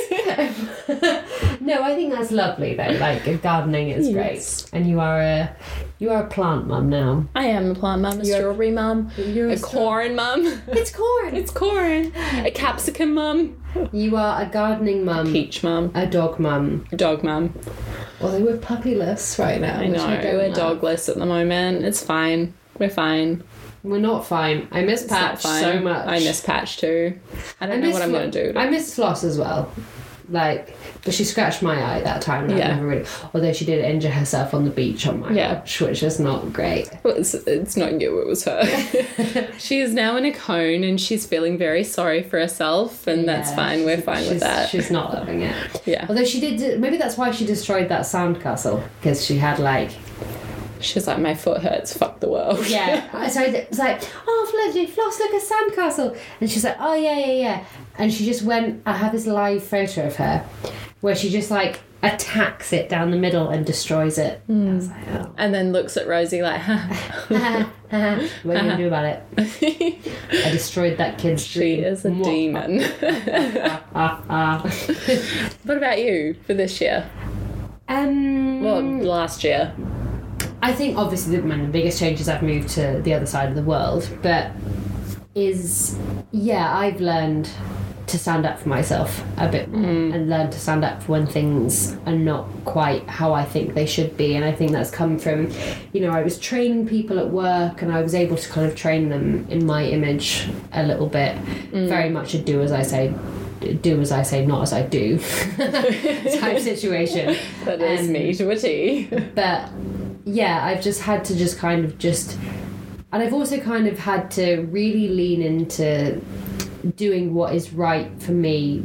No, I think that's lovely though. Like gardening is
Yes.
great, and you are a you are a plant mum now.
I am a plant mum, a
You're-
strawberry mum,
You're
a corn mum.
It's corn.
It's corn. A capsicum mum.
You are a gardening mum,
Peach mum.
a dog mum.
Dog mum.
Although we're puppyless right now.
I
which
know.
don't
We're
love.
dogless at the moment. It's fine. We're fine.
We're not fine. I miss
It's not
Patch
fine.
so much.
I miss Patch too. I don't know
miss
what I'm
Flo-
going to do.
I miss Floss as well. Like, but she scratched my eye that time. And yeah.
Yeah.
I never really. Although she did injure herself on the beach on my
Yeah.
watch, which is not great.
Well, it's, it's not you, it was her. she is now in a cone and she's feeling very sorry for herself, and that's
Yeah,
fine. We're fine
she's-
with that.
She's not loving it.
yeah.
Although she did, maybe that's why she destroyed that sandcastle because she had like,
She's like, my foot hurts, fuck the world.
yeah. so it's like, oh, Flo, Floss, look a sandcastle, and she's like, oh yeah, yeah, yeah, and she just went. I have this live photo of her, where she just like attacks it down the middle and destroys it.
Hmm.
I was like, oh.
and then looks at Rosie like, huh.
what are you gonna do about it? I destroyed that kid's
she
dream.
is a
Mwah.
demon.
Ah, ah.
what about you for this year?
um,
Well, last year.
I think obviously the, one of the biggest change is I've moved to the other side of the world, but is yeah, I've learned to stand up for myself a bit more and learn to stand up for when things are not quite how I think they should be. And I think that's come from, you know, I was training people at work and I was able to kind of train them in my image a little bit. Very much a do as I say, do as I say, not as I do type situation
That is
Um,
me to a T.
but yeah i've just had to just kind of just and i've also kind of had to really lean into doing what is right for me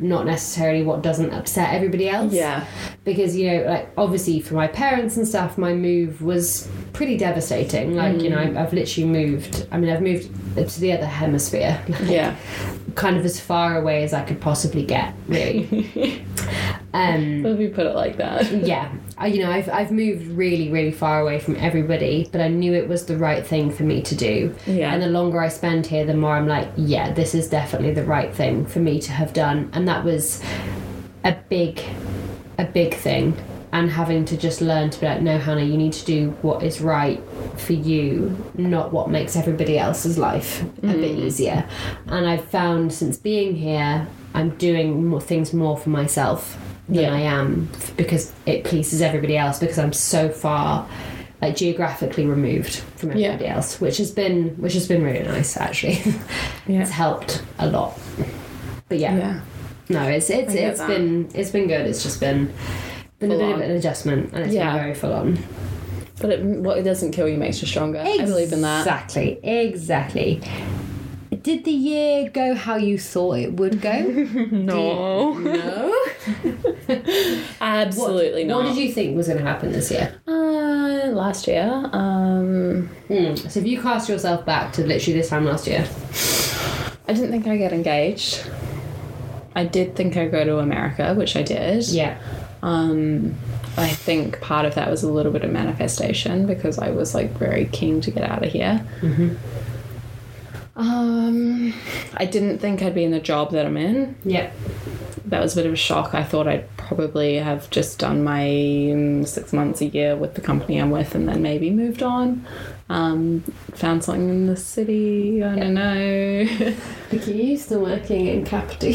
not necessarily what doesn't upset everybody else
yeah.
because you know like obviously for my parents and stuff my move was pretty devastating like you know I've, I've literally moved i mean i've moved to the other hemisphere
Yeah.
kind of as far away as i could possibly get really um
If you put it like that.
yeah I, you know I've, I've moved really really far away from everybody but i knew it was the right thing for me to do
Yeah.
and the longer i spend here the more i'm like yeah this is definitely the right thing for me to have done and that was a big a big thing and having to just learn to be like no hannah you need to do what is right for you not what makes everybody else's life a bit easier and i've found since being here i'm doing more things more for myself than
Yeah.
i am f- because it pleases everybody else because i'm so far like geographically removed from
Yeah.
everybody else which has been which has been really nice actually
Yeah.
it's helped a lot but
Yeah.
no, it's it's
I get
it's
that.
been it's been good. It's just been been a
Full
bit of
on.
an adjustment, and it's
Yeah.
been very full on.
But it, what it doesn't kill you makes you stronger. I believe in that.
Exactly, exactly. Did the year go how you thought it would go?
No.
no,
Absolutely not.
What did you think was going to happen this year?
Uh, last year, um,
Hmm. So if you cast yourself back to literally this time last year,
I didn't think I'd get engaged. I did think I'd go to America, which I did.
yeah,
Um, I think part of that was a little bit of manifestation because I was like very keen to get out of here.
Mm-hmm.
Um, I didn't think I'd be in the job that I'm in.
yeah,
that was a bit of a shock. I thought I'd probably have just done my um, six months a year with the company I'm with and then maybe moved on. Um, found something in the city, I don't know.
because you're still working in Capri.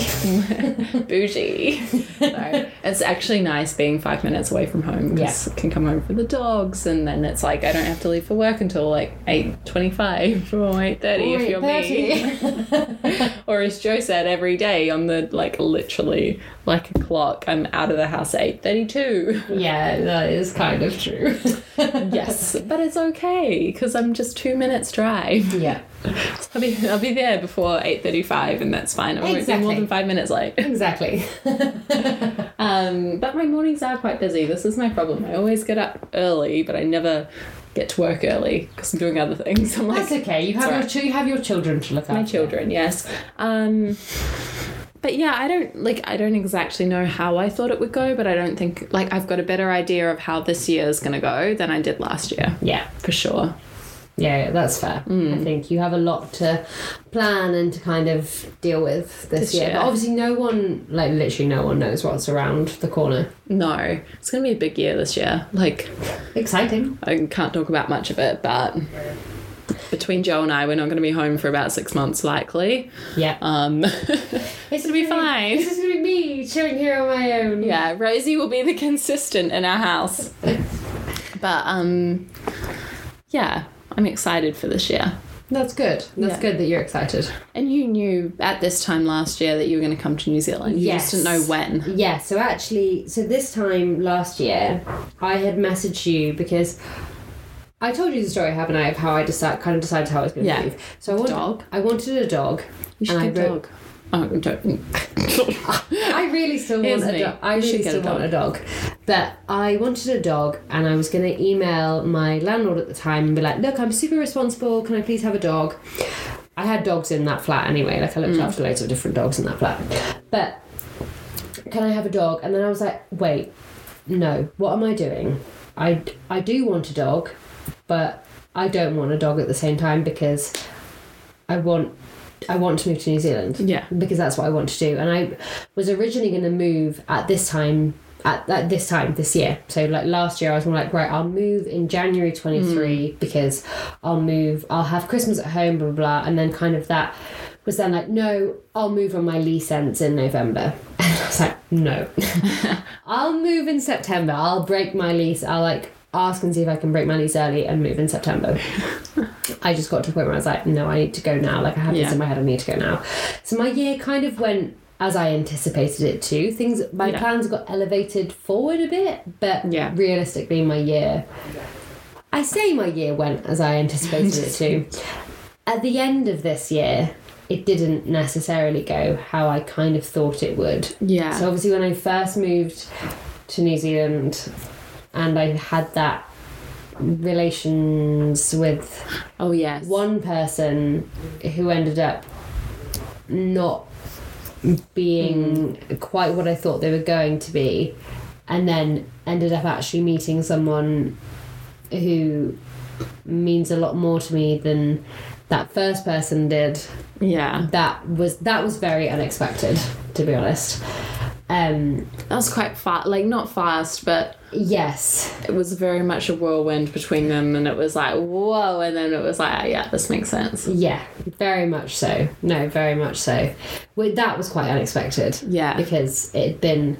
Bougie. no, it's actually nice being five minutes away from home because I can come home for the dogs and then it's like I don't have to leave for work until like eight twenty-five or eight thirty if you're me. or as Joe said, every day on the like literally like a clock, I'm out of the house at eight thirty-two.
yeah, that is kind of true.
yes, but it's okay because I'm just two minutes drive.
yeah.
I'll be I'll be there before eight thirty-five, and that's fine. I won't be more
Exactly.
than five minutes late.
Exactly.
Um, but my mornings are quite busy. This is my problem. I always get up early, but I never get to work early because I'm doing other things. I'm like
That's okay. You have
Sorry.
your ch- you have your children to look after.
my children yes um but yeah i don't like i don't exactly know how i thought it would go but i don't think like i've got a better idea of how this year is going to go than i did last year
Yeah.
for sure
Yeah, that's fair.
Mm.
I think you have a lot to plan and to kind of deal with this,
This
year.
year.
But obviously, no one, like literally, no one knows what's around the corner.
No, it's going to be a big year this year. Like,
Exciting.
I can't talk about much of it, but between Joe and I, we're not going to be home for about six months, likely.
Yeah.
Um,
it's
it'll be fine.
This is gonna be me chilling here on my own.
yeah, Rosie will be the consistent in our house. But um, yeah, I'm excited for this year.
That's good. That's
Yeah.
good that you're excited.
And you knew at this time last year that you were going to come to New Zealand. You
Yes.
just didn't know when.
Yeah, so actually, so this time last year, I had messaged you because I told you the story, haven't I, of how I decide, kind of decided how I was going to
Yeah.
move. So I wanted,
Dog.
I wanted a dog.
You should
and I
get a
wrote-
dog. Oh, don't.
I really still want
Here's
a
me.
dog. I
You
really
should get
still
a dog.
want a dog. But I wanted a dog and I was going to email my landlord at the time and be like, look, I'm super responsible. Can I please have a dog? I had dogs in that flat anyway. Like I looked
Mm.
after loads of different dogs in that flat. But can I have a dog? And then I was like, wait, no, what am I doing? I, I do want a dog, but I don't want a dog at the same time because I want I want to move to New Zealand
yeah.
because that's what I want to do. And I was originally going to move at this time at, at this time this year. So like last year, I was more like, right, I'll move in January twenty three because I'll move, I'll have Christmas at home, blah, blah blah, and then kind of that was then like, no, I'll move on my lease ends in November. And I was like, no, I'll move in September. I'll break my lease. I'll like ask and see if I can break my lease early and move in September. I just got to a point where I was like, no, I need to go now. Like I have this
Yeah.
in my head, I need to go now. So my year kind of went as I anticipated it to. Things my
Yeah.
plans got elevated forward a bit, but
Yeah.
realistically my year I say my year went as I anticipated it to. At the end of this year, it didn't necessarily go how I kind of thought it would.
Yeah.
So obviously, when I first moved to New Zealand, and I had that relations with
oh, yes.
one person who ended up not being quite what I thought they were going to be, and then ended up actually meeting someone who means a lot more to me than that first person did
Yeah.
that was that was very unexpected to be honest um
That was quite fast. Like, not fast, but
yes
it was very much a whirlwind between them. And it was like, whoa. And then it was like, oh, yeah, this makes sense.
yeah very much so no very much so well, that was quite unexpected
Yeah.
because it had been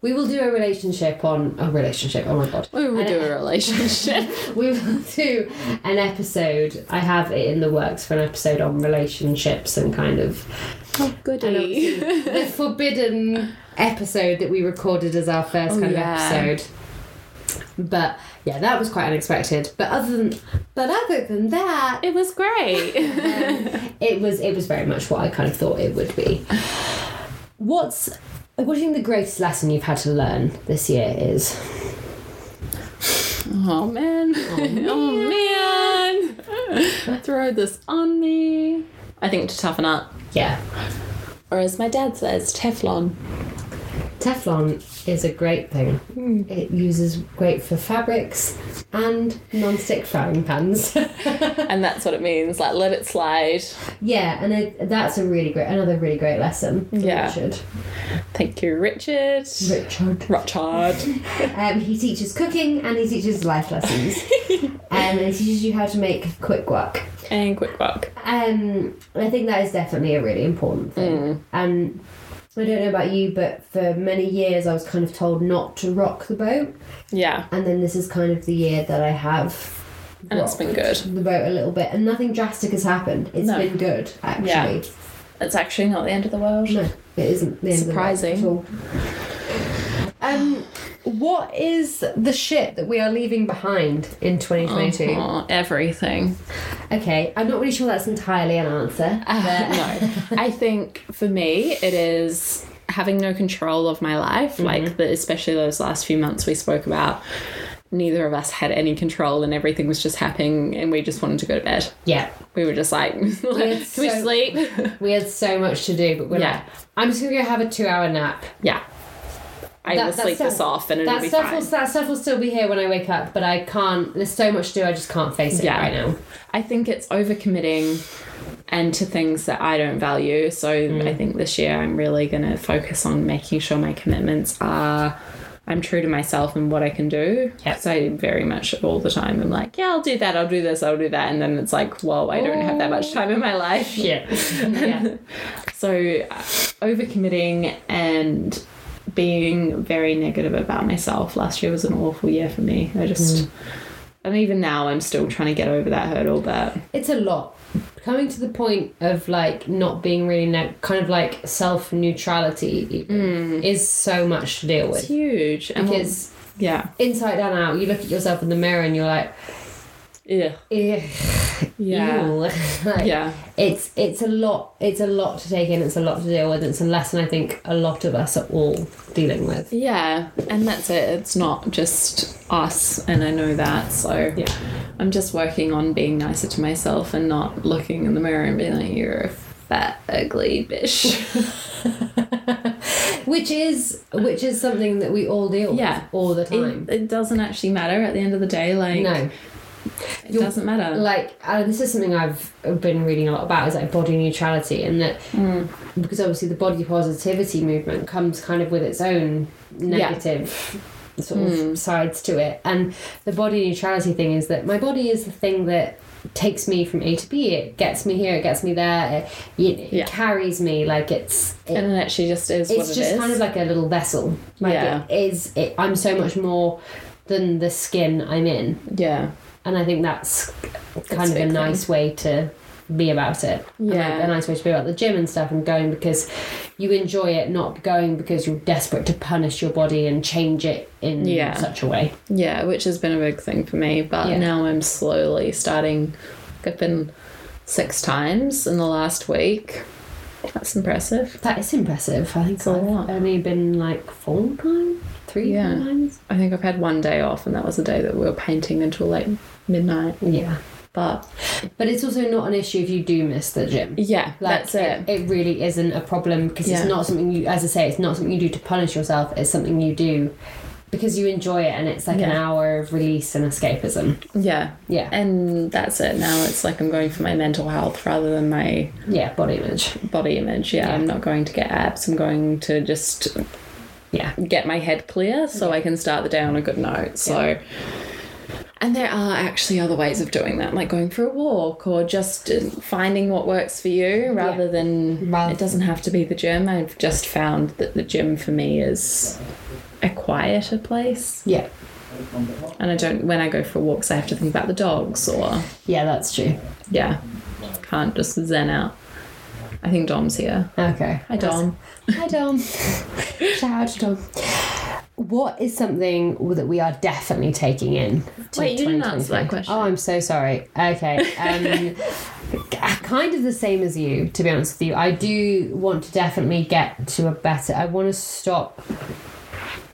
we will do a relationship on a relationship oh my god
We would
And
do a relationship.
we will do an episode i have it in the works for an episode on relationships and kind of
oh,
And obviously, the forbidden episode that we recorded as our first
Oh,
kind
yeah.
of episode. But yeah, that was quite unexpected. But other than but other than that,
It was great.
um, it was it was very much what I kind of thought it would be. What's what do you think the greatest lesson you've had to learn this year is?
oh, man. Oh, man. Throw this on me. I think to toughen up.
Yeah.
Or as my dad says, Teflon.
Teflon is a great thing. It uses great for fabrics and non-stick frying pans.
And that's what it means. Like, let it slide.
Yeah, and it, that's a really great, another really great lesson. from
Yeah.
Richard.
Thank you, Richard.
Richard.
Richard.
Um, he teaches cooking and he teaches life lessons, um, and he teaches you how to make quick work.
and quick walk.
Um, I think that is definitely a really important thing.
Mm.
And Um, I don't know about you, but for many years I was kind of told not to rock the boat,
Yeah.
and then this is kind of the year that I have.
And it's been good.
rocked The boat a little bit, and nothing drastic has happened. It's
No.
been good, actually.
Yeah. It's actually not the end of the world.
No, it isn't. The end of the world
Surprising.
at all. Um, what is the shit that we are leaving behind in 2022?
Aw, everything.
Okay, I'm not really sure that's entirely an answer.
Uh, no. I think for me, it is having no control of my life,
Mm-hmm.
like the, especially those last few months we spoke about. Neither of us had any control, and everything was just happening, and we just wanted to go to bed.
Yeah,
We were just like, can we
so-
sleep?
we had so much to do, but we're
Yeah.
like, I'm just gonna go have a two hour nap.
yeah. I
That-
will
that
sleep
stuff-
this off and it'll
That
be
stuff
fine.
will that stuff will still be here when I wake up, but I can't. There's so much to do. I just can't face it
Yeah.
right now.
I think it's overcommitting and to things that I don't value. So
Mm.
I think this year I'm really going to focus on making sure my commitments are. I'm true to myself and what I can do.
Yep.
So I very much all the time I'm like, yeah, I'll do that, I'll do this, I'll do that. And then it's like, whoa, I don't have that much time in my life.
Yeah, yeah,
So uh, overcommitting and being very negative about myself last year was an awful year for me. I
Mm.
just, and even now I'm still trying to get over that hurdle, but
it's a lot. Coming to the point of like not being really ne- kind of like self neutrality even is so much to deal
it's
with
huge. Mm. And we'll-
because
yeah,
inside and out, you look at yourself in the mirror and you're like,
yeah,
"Ew."
yeah,
Like,
yeah.
It's it's a lot. It's a lot to take in. It's a lot to deal with. It's a lesson I think a lot of us are all dealing with.
Yeah, and that's it. It's not just us, and I know that. So
Yeah.
I'm just working on being nicer to myself and not looking in the mirror and being like, "You're a fat, ugly bitch."
Which is which is something that we all deal with
Yeah.
all the time.
it, it doesn't actually matter at the end of the day. Like,
no,
it
You're-
doesn't matter.
like uh, this is something I've been reading a lot about is like body neutrality and that
Hmm.
because obviously the body positivity movement comes kind of with its own negative sort of
Hmm.
sides to it and the body neutrality thing is that my body is the thing that takes me from A to B it gets me here it gets me there it, it
Yeah.
carries me like it's it-
and it actually just is what it
it's
is.
just kind of like a little vessel like
Yeah.
it is it, I'm so much more than the skin I'm in
yeah,
and I think that's kind of a
big
nice way to be about it. And, like,
Yeah.
a nice way to be about the gym and stuff and going because you enjoy it, not going because you're desperate to punish your body and change it in
Yeah.
such a way.
yeah, which has been a big thing for me. But
Yeah.
now I'm slowly starting. I've been six times in the last week. That's impressive.
That is impressive. I think
It's a
I've
lot.
only been like four times, three
Yeah.
times.
I think I've had one day off, and that was the day that we were painting until like midnight.
Yeah,
But
but it's also not an issue if you do miss the gym.
yeah,
Like,
that's it.
it really isn't a problem because
Yeah.
it's not something you, as I say, it's not something you do to punish yourself. It's something you do because you enjoy it and it's like an
Yeah.
hour of release and escapism.
Yeah.
Yeah.
And that's it. Now it's like I'm going for my mental health rather than my
yeah, body image.
body image. Yeah,
Yeah.
I'm not going to get abs. I'm going to just
Yeah.
get my head clear so I can start the day on a good note. So. And there are actually other ways of doing that, like going for a walk or just uh, finding what works for you rather than
Rather-
it doesn't have to be the gym. I've just found that the gym for me is a quieter place.
Yeah.
And I don't, when I go for walks, I have to think about the dogs or,
Yeah, that's true.
yeah, can't just zen out. I think Dom's here.
Okay.
Hi, Dom.
Hi, Dom. Shout out to Dom. What is something that we are definitely taking in? to
Wait, you didn't answer
2023?
that question.
Oh, I'm so sorry. Okay. Um, kind of the same as you, to be honest with you. I do want to definitely get to a better. I want to stop.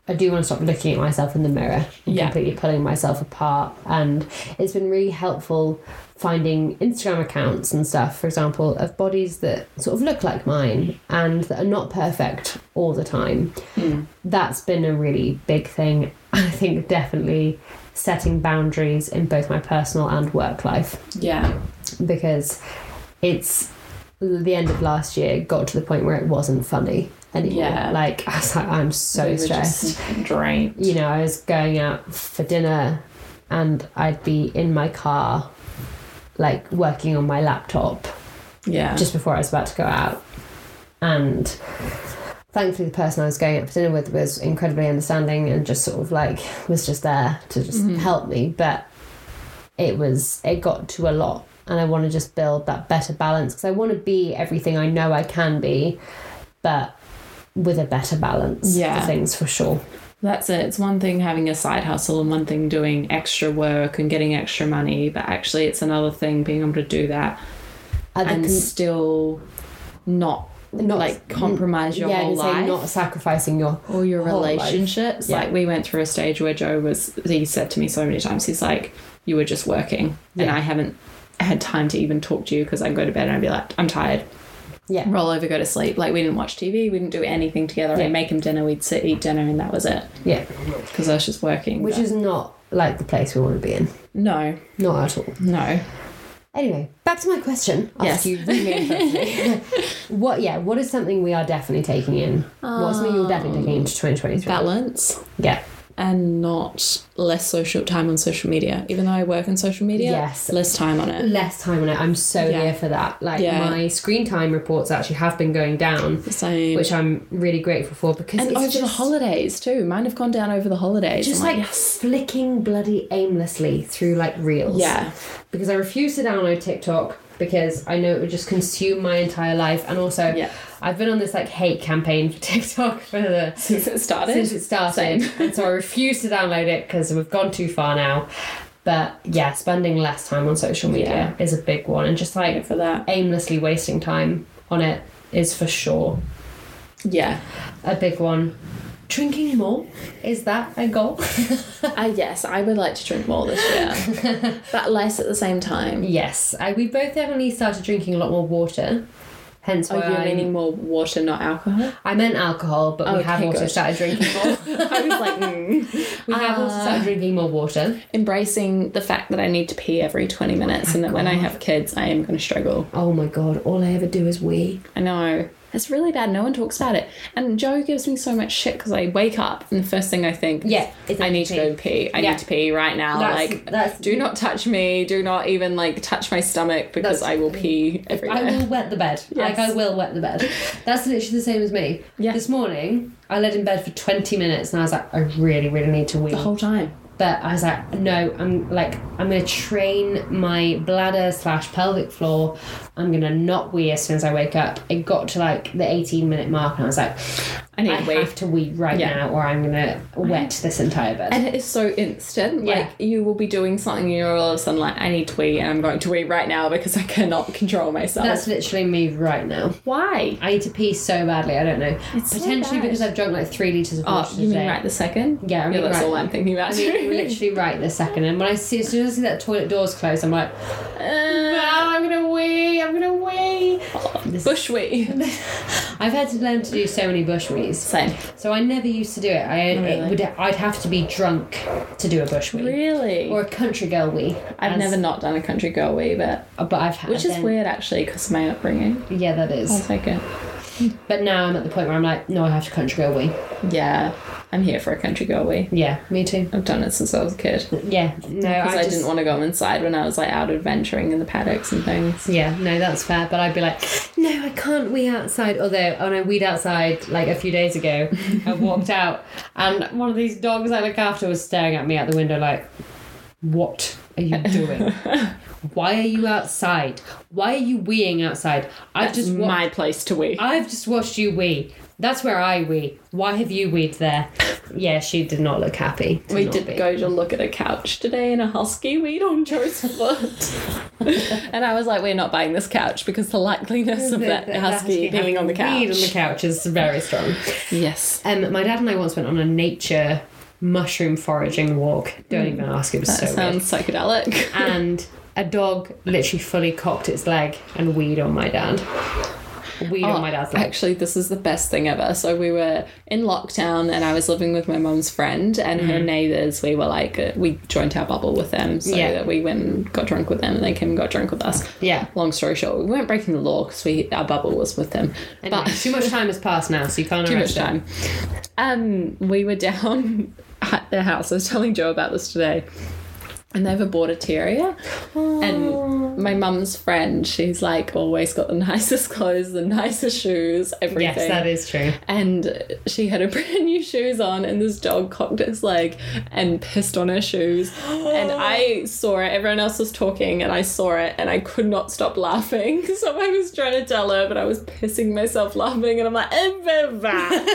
I do want to stop looking at myself in the mirror and
Yeah.
completely pulling myself apart. And it's been really helpful finding Instagram accounts and stuff, for example, of bodies that sort of look like mine and that are not perfect all the time. That's been a really big thing. I think definitely setting boundaries in both my personal and work life
Yeah.
because it's the end of last year got to the point where it wasn't funny anymore.
Yeah.
Like I was like, I'm so
We were
stressed.
just drained.
You know, I was going out for dinner and I'd be in my car like working on my laptop
Yeah.
just before I was about to go out. And thankfully, the person I was going out for dinner with was incredibly understanding and just sort of like was just there to just
Mm-hmm.
help me. But it was, it got to a lot. And I want to just build that better balance because I want to be everything I know I can be, but with a better balance
Yeah.
for things for sure.
That's it. It's one thing having a side hustle and one thing doing extra work and getting extra money, but actually it's another thing being able to do that
Other
and
con-
still not,
Not-
like compromise your
yeah,
whole
and say
life
not sacrificing your
or your
whole life.
relationships.
Yeah.
Like we went through a stage where Joe was he said to me so many times, he's like, You were just working and
Yeah.
I haven't had time to even talk to you because I go to bed and I'd be like, I'm tired.
Yeah.
roll over, go to sleep. Like we didn't watch TV, we didn't do anything together.
Yeah.
I'd make him dinner, we'd sit, eat dinner, and that was it.
Yeah.
Because I was just working.
Which
but-
is not like the place we want to be in.
no,
Not at all.
no.
Anyway, back to my question.
Yes.
After you really What? Yeah. What is something we are definitely taking in? What's something you're definitely taking into 2023?
Balance
yeah.
and not less social time on social media. Even though I work on social media,
Yes.
less time on it.
Less time on it. I'm so
Yeah.
here for that. Like
Yeah.
my screen time reports actually have been going down,
Same.
which I'm really grateful for because
and
it's
over
just,
the holidays too. Mine have gone down over the holidays.
just
I'm
like flicking bloody aimlessly through like reels.
yeah,
Because I refuse to download TikTok because I know it would just consume my entire life. And also,
Yeah.
I've been on this like hate campaign for TikTok for the
since it started.
since it started.
Same.
and so I refuse to download it because we've gone too far now. But yeah, spending less time on social media is a big one, and just like
for that.
aimlessly wasting time on it is for sure
Yeah.
a big one. Drinking more is that a goal?
Uh, yes, I would like to drink more this year, but less at the same time.
yes, I, we both definitely started drinking a lot more water. Hence why
Are Oh, you
I'm-
meaning more water, not alcohol?
I meant alcohol, but we
Okay,
have also
good.
started drinking more.
I was like, mm.
we have also started drinking more water.
embracing the fact that I need to pee every 20 minutes and that when I have kids, I am going to struggle.
Oh my god! All I ever do is wee.
I know. It's really bad. No one talks about it. And Joe gives me so much shit because I wake up and the first thing I think, is,
Yeah, it's
I need to
pee.
go and pee. I
Yeah.
need to pee right now.
That's-
like,
that's-
do not touch me. Do not even like touch my stomach because
That's-
I will pee everywhere.
I will wet the bed. Like
Yes.
I will wet the bed. That's literally the same as me.
Yeah.
This morning I laid in bed for twenty minutes and I was like, I really, really need to wee.
the whole time.
But I was like, no, I'm like, I'm gonna train my bladder slash pelvic floor. I'm gonna not wee as soon as I wake up. It got to like the eighteen minute mark and I was like,
I need
I
to wait.
have to wee right
Yeah.
now or I'm gonna wet this entire bed.
And it is so instant.
Yeah.
Like you will be doing something and you're all of a sudden like, I need to wee and I'm going to wee right now because I cannot control myself.
That's literally me right now.
why.
I need to pee so badly. I don't know.
It's so
Potentially
bad.
because I've drunk like three liters of water
Oh, you mean
today.
right the second?
Yeah, I mean
yeah that's
right-
all I'm thinking about.
I mean, you're literally right this second. And when I see as soon as I see that toilet doors closed, I'm like, no, I'm gonna wee, I'm gonna wee. This-
Uh, Bush wee.
I've had to learn to do so many bush wees.
Same.
So I never used to do it. I it
Really?
would I'd have to be drunk to do a bush wee.
Really?
Or a country girl wee.
I've
as-
never not done a country girl wee, but
but I've had
which is
then-
weird actually because of my upbringing.
Yeah, that
I'll
is.
take it.
But now I'm at the point where I'm like, no, I have to country girl wee.
Yeah, I'm here for a country girl wee.
Yeah, me too.
I've done it since I was a kid
Yeah, no,
because I,
I, just,
didn't want to go inside when I was like out adventuring in the paddocks and things.
Yeah, no, that's fair. But I'd be like, no, I can't wee outside. Although on a weed outside like a few days ago, I walked out and one of these dogs I look after was staring at me out the window like, what are you doing? Why are you outside? Why are you weeing outside? I've
Just
just wa-
my place to wee.
I've just watched you wee. That's where I wee. Why have you weed there? Yeah, she did not look happy. to
we
not
did
be.
go to look at a couch today and a husky weed on Joe's foot. and I was like, we're not buying this couch because the likeliness of
The-
that
the
husky being
having
on the
Weed on the
couch.
couch is very strong.
Yes.
Um, my dad and I once went on a nature mushroom foraging walk. Don't even ask, it was
Hmm. That
so weird.
sounds psychedelic.
And a dog literally fully cocked its leg and weed on my dad. Weed
Oh,
on my dad's leg.
Actually, this is the best thing ever. So we were in lockdown, and I was living with my mum's friend and
Mm-hmm.
her neighbours. We were like, uh, we joined our bubble with them, so
Yeah.
that we went and got drunk with them, and they came and got drunk with us.
Yeah.
Long story short, we weren't breaking the law because we our bubble was with them,
Anyway,
but
too much time has passed now, so you can't
too
arrest
much
it.
time. Um, we were down at their house. I was telling Joe about this today. And they have a border terrier.
Oh.
And my mum's friend, she's like always got the nicest clothes, the nicest shoes, everything.
Yes, that is true.
And she had her brand new shoes on, and this dog cocked its leg and pissed on her shoes. and I saw it, everyone else was talking, and I saw it, and I could not stop laughing. So I was trying to tell her, but I was pissing myself laughing, and I'm like, Ember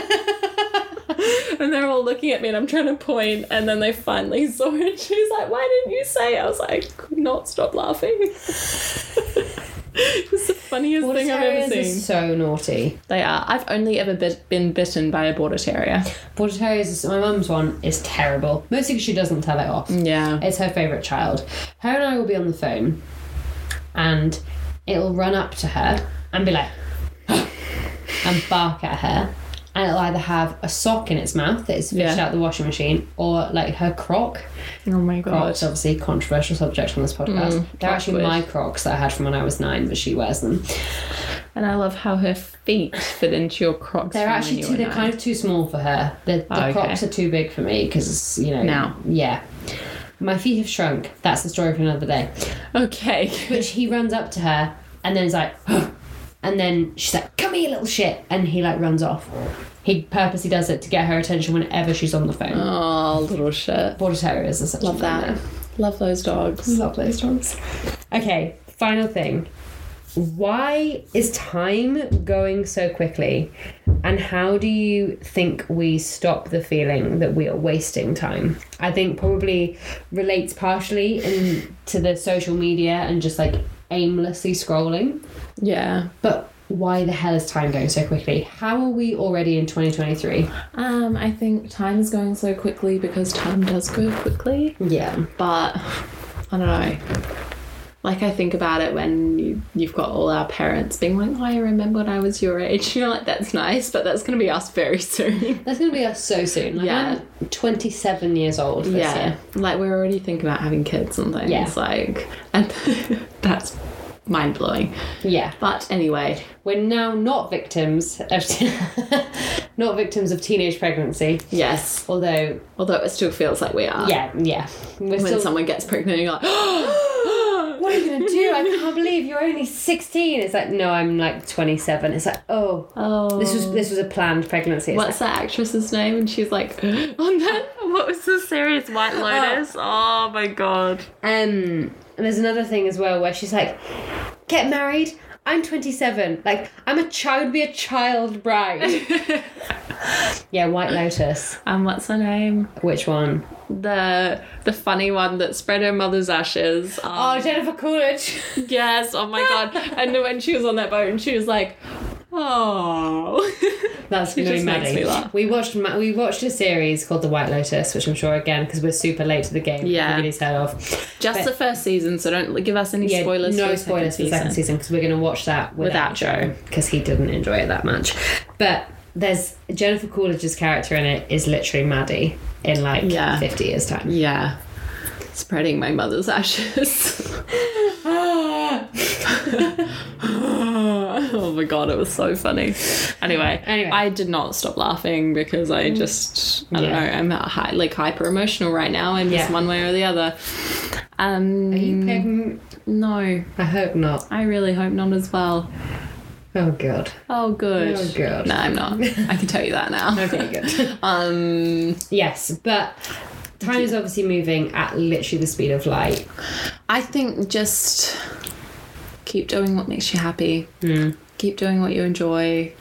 And they're all looking at me, and I'm trying to point, and then they finally saw it. She's like, Why didn't you say? it?" I was like, I could not stop laughing. it was the funniest
Border
thing I've ever
terriers are
seen.
so naughty.
They are. I've only ever bit, been bitten by a border terrier.
Border terriers, is, my mum's one is terrible. Mostly because she doesn't tell it off.
Yeah.
It's her favourite child. Her and I will be on the phone and it'll run up to her and be like, and bark at her. And it'll either have a sock in its mouth that is fished
Yeah.
out the washing machine or like her croc.
Oh my
Crocs, obviously, controversial subject on this podcast.
Mm,
They're actually my
awkward.
crocs that I had from when I was nine, but she wears them.
And I love how her feet fit into your Crocs.
They're
from when
actually
you
too,
were
they're
nine.
kind of too small for her. The, the
Oh, okay.
crops are too big for me because you know.
Now.
Yeah. My feet have shrunk. That's the story for another day.
Okay.
But he runs up to her and then is like, and then she's like, "Come here, little shit," and he like runs off. He purposely does it to get her attention whenever she's on the phone.
Oh, little shit.
Border terriers are such a
Love that.
nightmare.
Love those dogs.
Love those dogs. Okay, final thing. Why is time going so quickly? And how do you think we stop the feeling that we are wasting time? I think probably relates partially in, to the social media and just like aimlessly scrolling.
Yeah.
But why the hell is time going so quickly? How are we already in 2023?
Um, I think time is going so quickly because time does go quickly.
Yeah.
But I don't know. Like I think about it when you, you've got all our parents being like, "Oh, I remember when I was your age." You're like, "That's nice," but that's gonna be us very soon.
That's going to be us so soon. Like,
Yeah.
I'm 27 years old this
yeah,
year.
like we're already thinking about having kids and things.
Yeah.
Like, and that's mind blowing.
Yeah.
But anyway,
We're now not victims of not victims of teenage pregnancy.
yes.
Although,
Although it still feels like we are.
yeah, yeah, we're
When
still.
someone gets pregnant, you're like, "Oh,
what are you gonna do? I can't believe you're only sixteen. It's like no, I'm like twenty seven. It's like oh, this was this was a planned pregnancy. It's
What's that actress's name? And she's like, on that, what was the series? White Lotus? Oh my god.
Um, and there's another thing as well where she's like, get married. I'm 27. Like, I'm a child, be a child bride. yeah, White Lotus.
And what's her name?
Which one?
The the funny one that spread her mother's ashes. Um,
Oh, Jennifer Coolidge.
yes, oh my god. And when she was on that boat and she was like, oh.
That's
It
gonna be
just makes
Maddie.
me laugh.
We watched Ma- we watched a series called The White Lotus, which I'm sure again because we're super late to the game.
Yeah.
nobody's heard of.
Just
But-
the first season, so don't give us any
Yeah,
spoilers.
no
for the
spoilers for the second season because we're gonna watch that without,
Without Joe.
because he didn't enjoy it that much. But there's Jennifer Coolidge's character in it is literally Maddie in like
Yeah.
50 years time.
Yeah. Spreading my mother's ashes. oh my god, it was so funny. Anyway,
Anyway. Mm.
I did not stop laughing because I just I don't
Yeah.
know. I'm at hi- like hyper emotional right now, and just
Yeah.
one way or the other. Um,
Are you pregnant?
no,
I hope not.
I really hope not as well.
Oh god.
Oh good.
Oh, good.
No, I'm not. I can tell you that now.
Okay, good.
Um,
yes, but time is obviously moving at literally the speed of light.
I think just keep doing what makes you happy. Keep doing what you enjoy.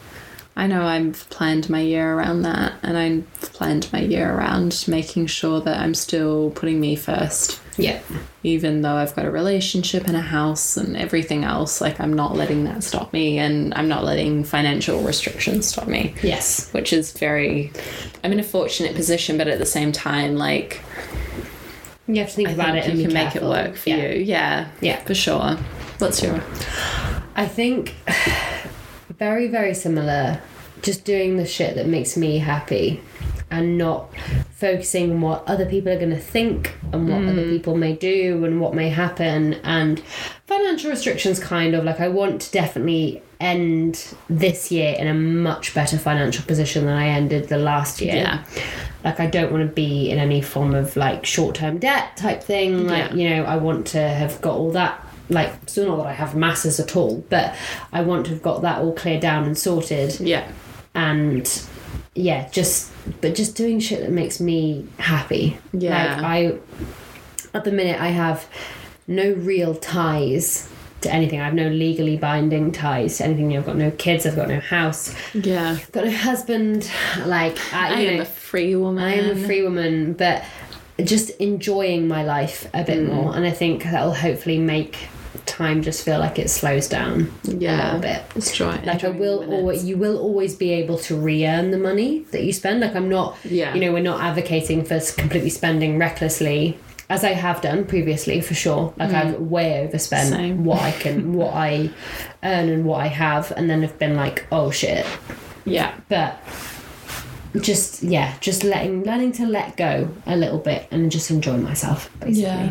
I know I've planned my year around that, and I've planned my year around making sure that I'm still putting me first.
Yeah.
Even though I've got a relationship and a house and everything else, like I'm not letting that stop me, and I'm not letting financial restrictions stop me
Yes.
which is very i'm in a fortunate position but at the same time like
You have to think
i
about
think
it and
you
be
can make it
careful.
work for
Yeah.
you yeah
Yeah.
for sure what's your
I think very, very similar. Just doing the shit that makes me happy and not focusing on what other people are going to think and what
Mm.
other people may do and what may happen and financial restrictions kind of like I want to definitely end this year in a much better financial position than I ended the last year.
Yeah.
Like I don't want to be in any form of like short-term debt type thing like
Yeah.
you know I want to have got all that like still not that I have masses at all but I want to have got that all cleared down and sorted
yeah
and yeah just but just doing shit that makes me happy
Yeah.
like i at the minute i have no real ties to anything i have no legally binding ties to anything you know, i've got no kids i've got no house
yeah
got no husband like
i
I, you
am
know,
a free woman
I am a free woman, but just enjoying my life a bit
Mm.
more. And I think that'll hopefully make time just feel like it slows down a
yeah
little bit.
it's joy
Like I will always, you will always be able to re-earn the money that you spend. Like I'm not,
Yeah.
you know, we're not advocating for s- completely spending recklessly. as I have done previously for sure. Like I've way overspent
Mm. Same.
what I can, what I earn, and what I have, and then have been like, oh shit.
Yeah.
But just yeah, just letting learning to let go a little bit and just enjoy myself basically.
Yeah.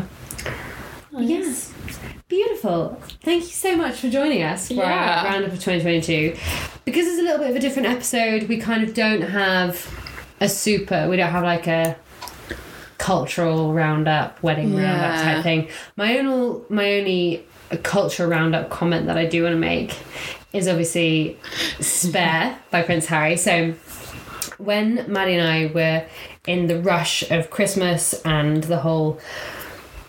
Yes. Beautiful. Thank you so much for joining us for
Yeah.
our roundup of 2022. Because it's a little bit of a different episode, we kind of don't have a super, we don't have like a cultural roundup, wedding roundup
Yeah.
type thing. My only, my only cultural roundup comment that I do want to make is obviously Spare by Prince Harry. So when Maddie and I were in the rush of Christmas and the whole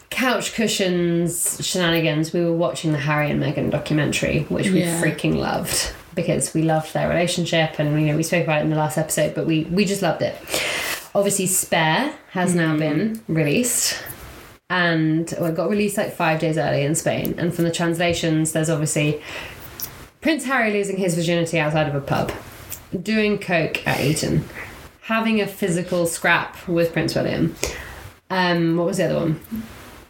couch cushions shenanigans, we were watching the Harry and Meghan documentary, which we
Yeah.
freaking loved because we loved their relationship and you know we spoke about it in the last episode, but we we just loved it. Obviously, Spare has now been released. And well, it got released like five days early in Spain. And from the translations, there's obviously Prince Harry losing his virginity outside of a pub, doing coke at Eton, having a physical scrap with Prince William. Um, what was the other one?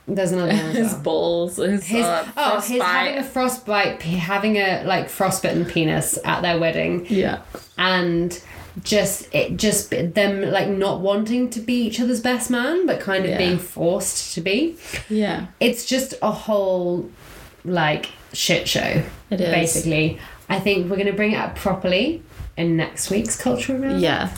There's another one. as
His
well.
balls. His,
His,
uh,
oh, his having a
frostbite.
frostbite, p- having a like frostbitten penis at their wedding,
Yeah.
and just it just b- them like not wanting to be each other's best man, but kind of
Yeah.
being forced to be
Yeah.
it's just a whole like shit show.
It is.
Basically, I think we're gonna bring it up properly in next week's cultural round.
Yeah.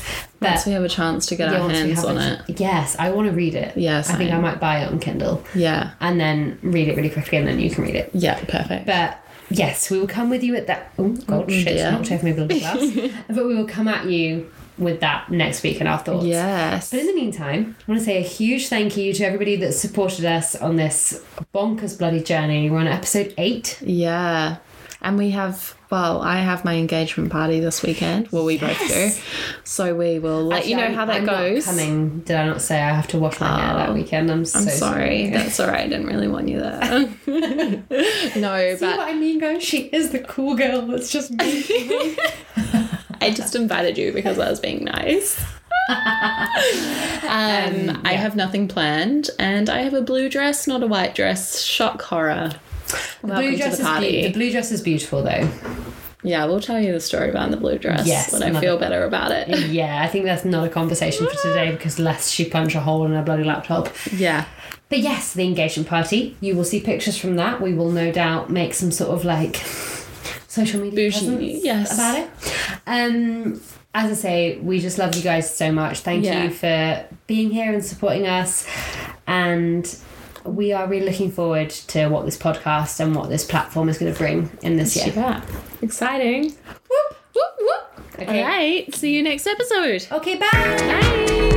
But-
Once we have a chance to get
Yeah,
our
once we
hands
have
on it.
a- Yes, I want to read it.
Yeah,
I think I
same.
might buy it on Kindle
Yeah.
and then read it really quickly, and then you can read it.
Yeah. Perfect.
But yes, we will come with you at that. Oh god, shit!
dear.
Yeah. Not taking my bloody glass. but we will come at you with that next week in our thoughts.
yes.
But in the meantime, I want to say a huge thank you to everybody that supported us on this bonkers bloody journey. We're on episode eight.
Yeah. And we have, well, I have my engagement party this weekend. Well, we both do. So we will let you know
Actually,
how that
I'm not
goes.
coming. Did I not say I have to wash my hair that
Oh,
weekend? I'm so
I'm sorry.
sorry.
That's all right. I didn't really want you there. no,
See
but
what I mean, guys? She is the cool girl. That's just me.
I just invited you because I was being nice. um, I
yeah.
have nothing planned, and I have a blue dress, not a white dress. Shock horror. Welcome
blue dress is
to the party.
beau- the blue dress is beautiful, though.
yeah, we'll tell you the story behind the blue dress
Yes,
when I
another-
feel better about it.
Yeah, I think that's not a conversation for today because lest she punch a hole in her bloody laptop.
yeah.
But yes, the engagement party. You will see pictures from that. We will no doubt make some sort of like social media
Bougie,
presence
yes.
about it. Um, as I say, we just love you guys so much. Thank
Yeah.
you for being here and supporting us. And we are really looking forward to what this podcast and what this platform is going to bring in this year.
Yeah. Exciting.
Whoop.
Whoop, whoop.
Okay.
All right. See you next episode.
Okay, bye.
Bye.